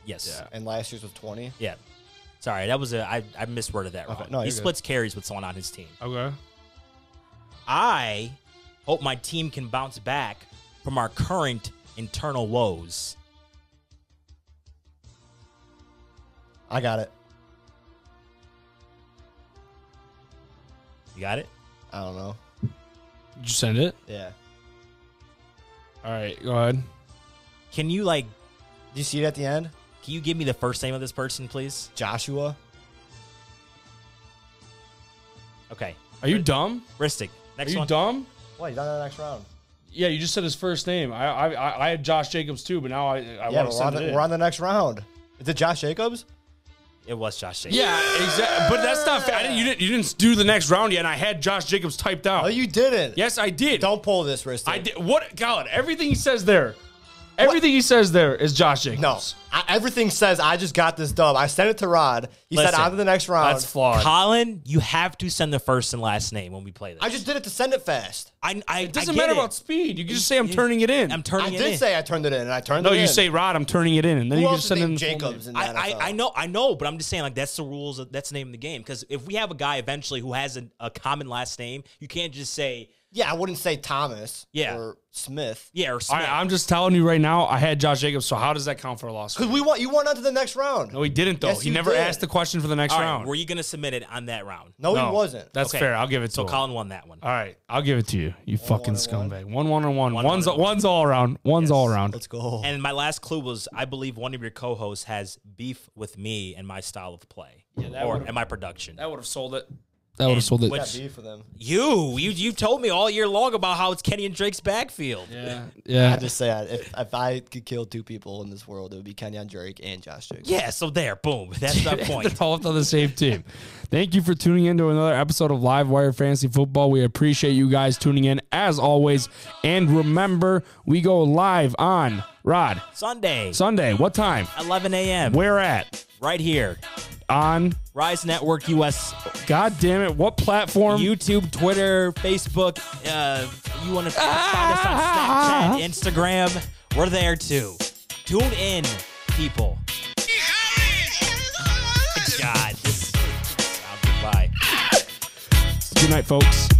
Speaker 4: yes.
Speaker 1: Yeah.
Speaker 3: And last year's was 20.
Speaker 4: Yeah. Sorry, that was a I, I misworded that wrong.
Speaker 3: Okay, no,
Speaker 4: he
Speaker 3: you're good.
Speaker 4: splits carries with someone on his team.
Speaker 1: Okay.
Speaker 4: I hope my team can bounce back from our current internal woes.
Speaker 3: I got it.
Speaker 4: You got it?
Speaker 3: I don't know.
Speaker 1: Did you send it?
Speaker 3: Yeah.
Speaker 1: All right. Go ahead.
Speaker 4: Can you like
Speaker 3: Do you see it at the end?
Speaker 4: can you give me the first name of this person, please?
Speaker 3: Joshua.
Speaker 4: Okay.
Speaker 1: Are you dumb?
Speaker 4: Ristic. Next
Speaker 1: Are you
Speaker 4: one.
Speaker 1: dumb?
Speaker 3: What? He's not in the next round.
Speaker 1: Yeah, you just said his first name. I I I- I had Josh Jacobs too, but now I I
Speaker 3: yeah,
Speaker 1: want
Speaker 3: but
Speaker 1: to
Speaker 3: we're on,
Speaker 1: send
Speaker 3: the,
Speaker 1: it. in.
Speaker 3: we're on the next round. Is it Josh Jacobs?
Speaker 4: It was Josh Jacobs.
Speaker 1: yeah, exactly. But that's not. fa- I didn't, you didn't. You didn't do the next round yet. And I had Josh Jacobs typed out.
Speaker 3: No, Oh, you didn't.
Speaker 1: yes, I did.
Speaker 3: Don't pull this, Ristic.
Speaker 1: I did. What? God, everything he says there, everything he says there is Josh
Speaker 3: No.
Speaker 1: Jacobs.
Speaker 3: I, everything says I just got this dub. I sent it to Rod. He said
Speaker 4: Listen,
Speaker 3: on to the next round.
Speaker 1: that's flawed.
Speaker 4: Colin, you have to send the first and last name when we play this.
Speaker 3: I just did it to send it fast.
Speaker 4: I, I
Speaker 1: It doesn't matter about speed. You can just say I'm turning it in.
Speaker 4: I'm
Speaker 3: I
Speaker 4: turning it
Speaker 3: did
Speaker 4: in.
Speaker 3: say I turned it in, and I turned
Speaker 1: no,
Speaker 3: it in.
Speaker 1: you say Rod. I'm turning it in, and then
Speaker 3: Who
Speaker 1: you
Speaker 3: else
Speaker 1: just
Speaker 3: is
Speaker 1: send in
Speaker 3: named
Speaker 1: the full name.
Speaker 3: Jacobs in the
Speaker 4: I,
Speaker 3: NFL?
Speaker 4: I, I know, I know, but I'm just saying, like, that's the rules. of- That's the name of the game. Because if we have a guy eventually who has a, a common last name, you can't just say,
Speaker 3: Yeah, I wouldn't say Thomas.
Speaker 4: Yeah.
Speaker 3: Or Smith.
Speaker 4: yeah, or Smith.
Speaker 1: I, I'm just telling you right now. I had Josh Jacobs. So how does that count for a loss?
Speaker 3: Because we want you went on to the next round.
Speaker 1: no, he didn't though.
Speaker 3: Yes,
Speaker 1: he
Speaker 3: you
Speaker 1: never
Speaker 3: did.
Speaker 1: asked the question for the next
Speaker 4: All right,
Speaker 1: round.
Speaker 4: were you going to submit it on that round?
Speaker 3: No,
Speaker 1: No,
Speaker 3: Oh, he wasn't.
Speaker 1: That's
Speaker 4: Okay.
Speaker 1: fair. I'll give it to
Speaker 4: So
Speaker 1: him.
Speaker 4: Colin won that one.
Speaker 1: All right, I'll give it to you. You fucking
Speaker 3: one,
Speaker 1: scumbag. One, one, and one.
Speaker 4: One,
Speaker 1: one's
Speaker 4: one, and one.
Speaker 1: one's all around. One's all around.
Speaker 3: Let's go.
Speaker 4: And my last clue was I believe one of your co hosts has beef with me and my style of play
Speaker 1: that
Speaker 4: or
Speaker 1: would've-
Speaker 4: and my production.
Speaker 1: would have sold it. That would have sold it.
Speaker 4: which-
Speaker 3: That'd be for them.
Speaker 4: You, you, you've told me all year long about how it's Kenny and Drake's backfield.
Speaker 1: yeah, yeah. (laughs)
Speaker 3: I just say I, if, if I could kill two people in this world, it would be Kenyon Drake and Josh Jacobs.
Speaker 4: Yeah, so there, boom. (laughs) That's our point.
Speaker 1: They're all on the same team. Thank you for tuning in to another episode of Live Wire Fantasy Football. We appreciate you guys tuning in as always. And remember, we go live on Rod
Speaker 4: Sunday,
Speaker 1: Sunday. What time?
Speaker 4: 11 a.m.,
Speaker 1: Where at?
Speaker 4: right here.
Speaker 1: On
Speaker 4: Rise Network US,
Speaker 1: God damn it! What platform?
Speaker 4: YouTube, Twitter, Facebook. Uh, you want to find us on Snapchat, Instagram. We're there too. Tune in, people. God, this. Goodbye.
Speaker 1: Good night, folks.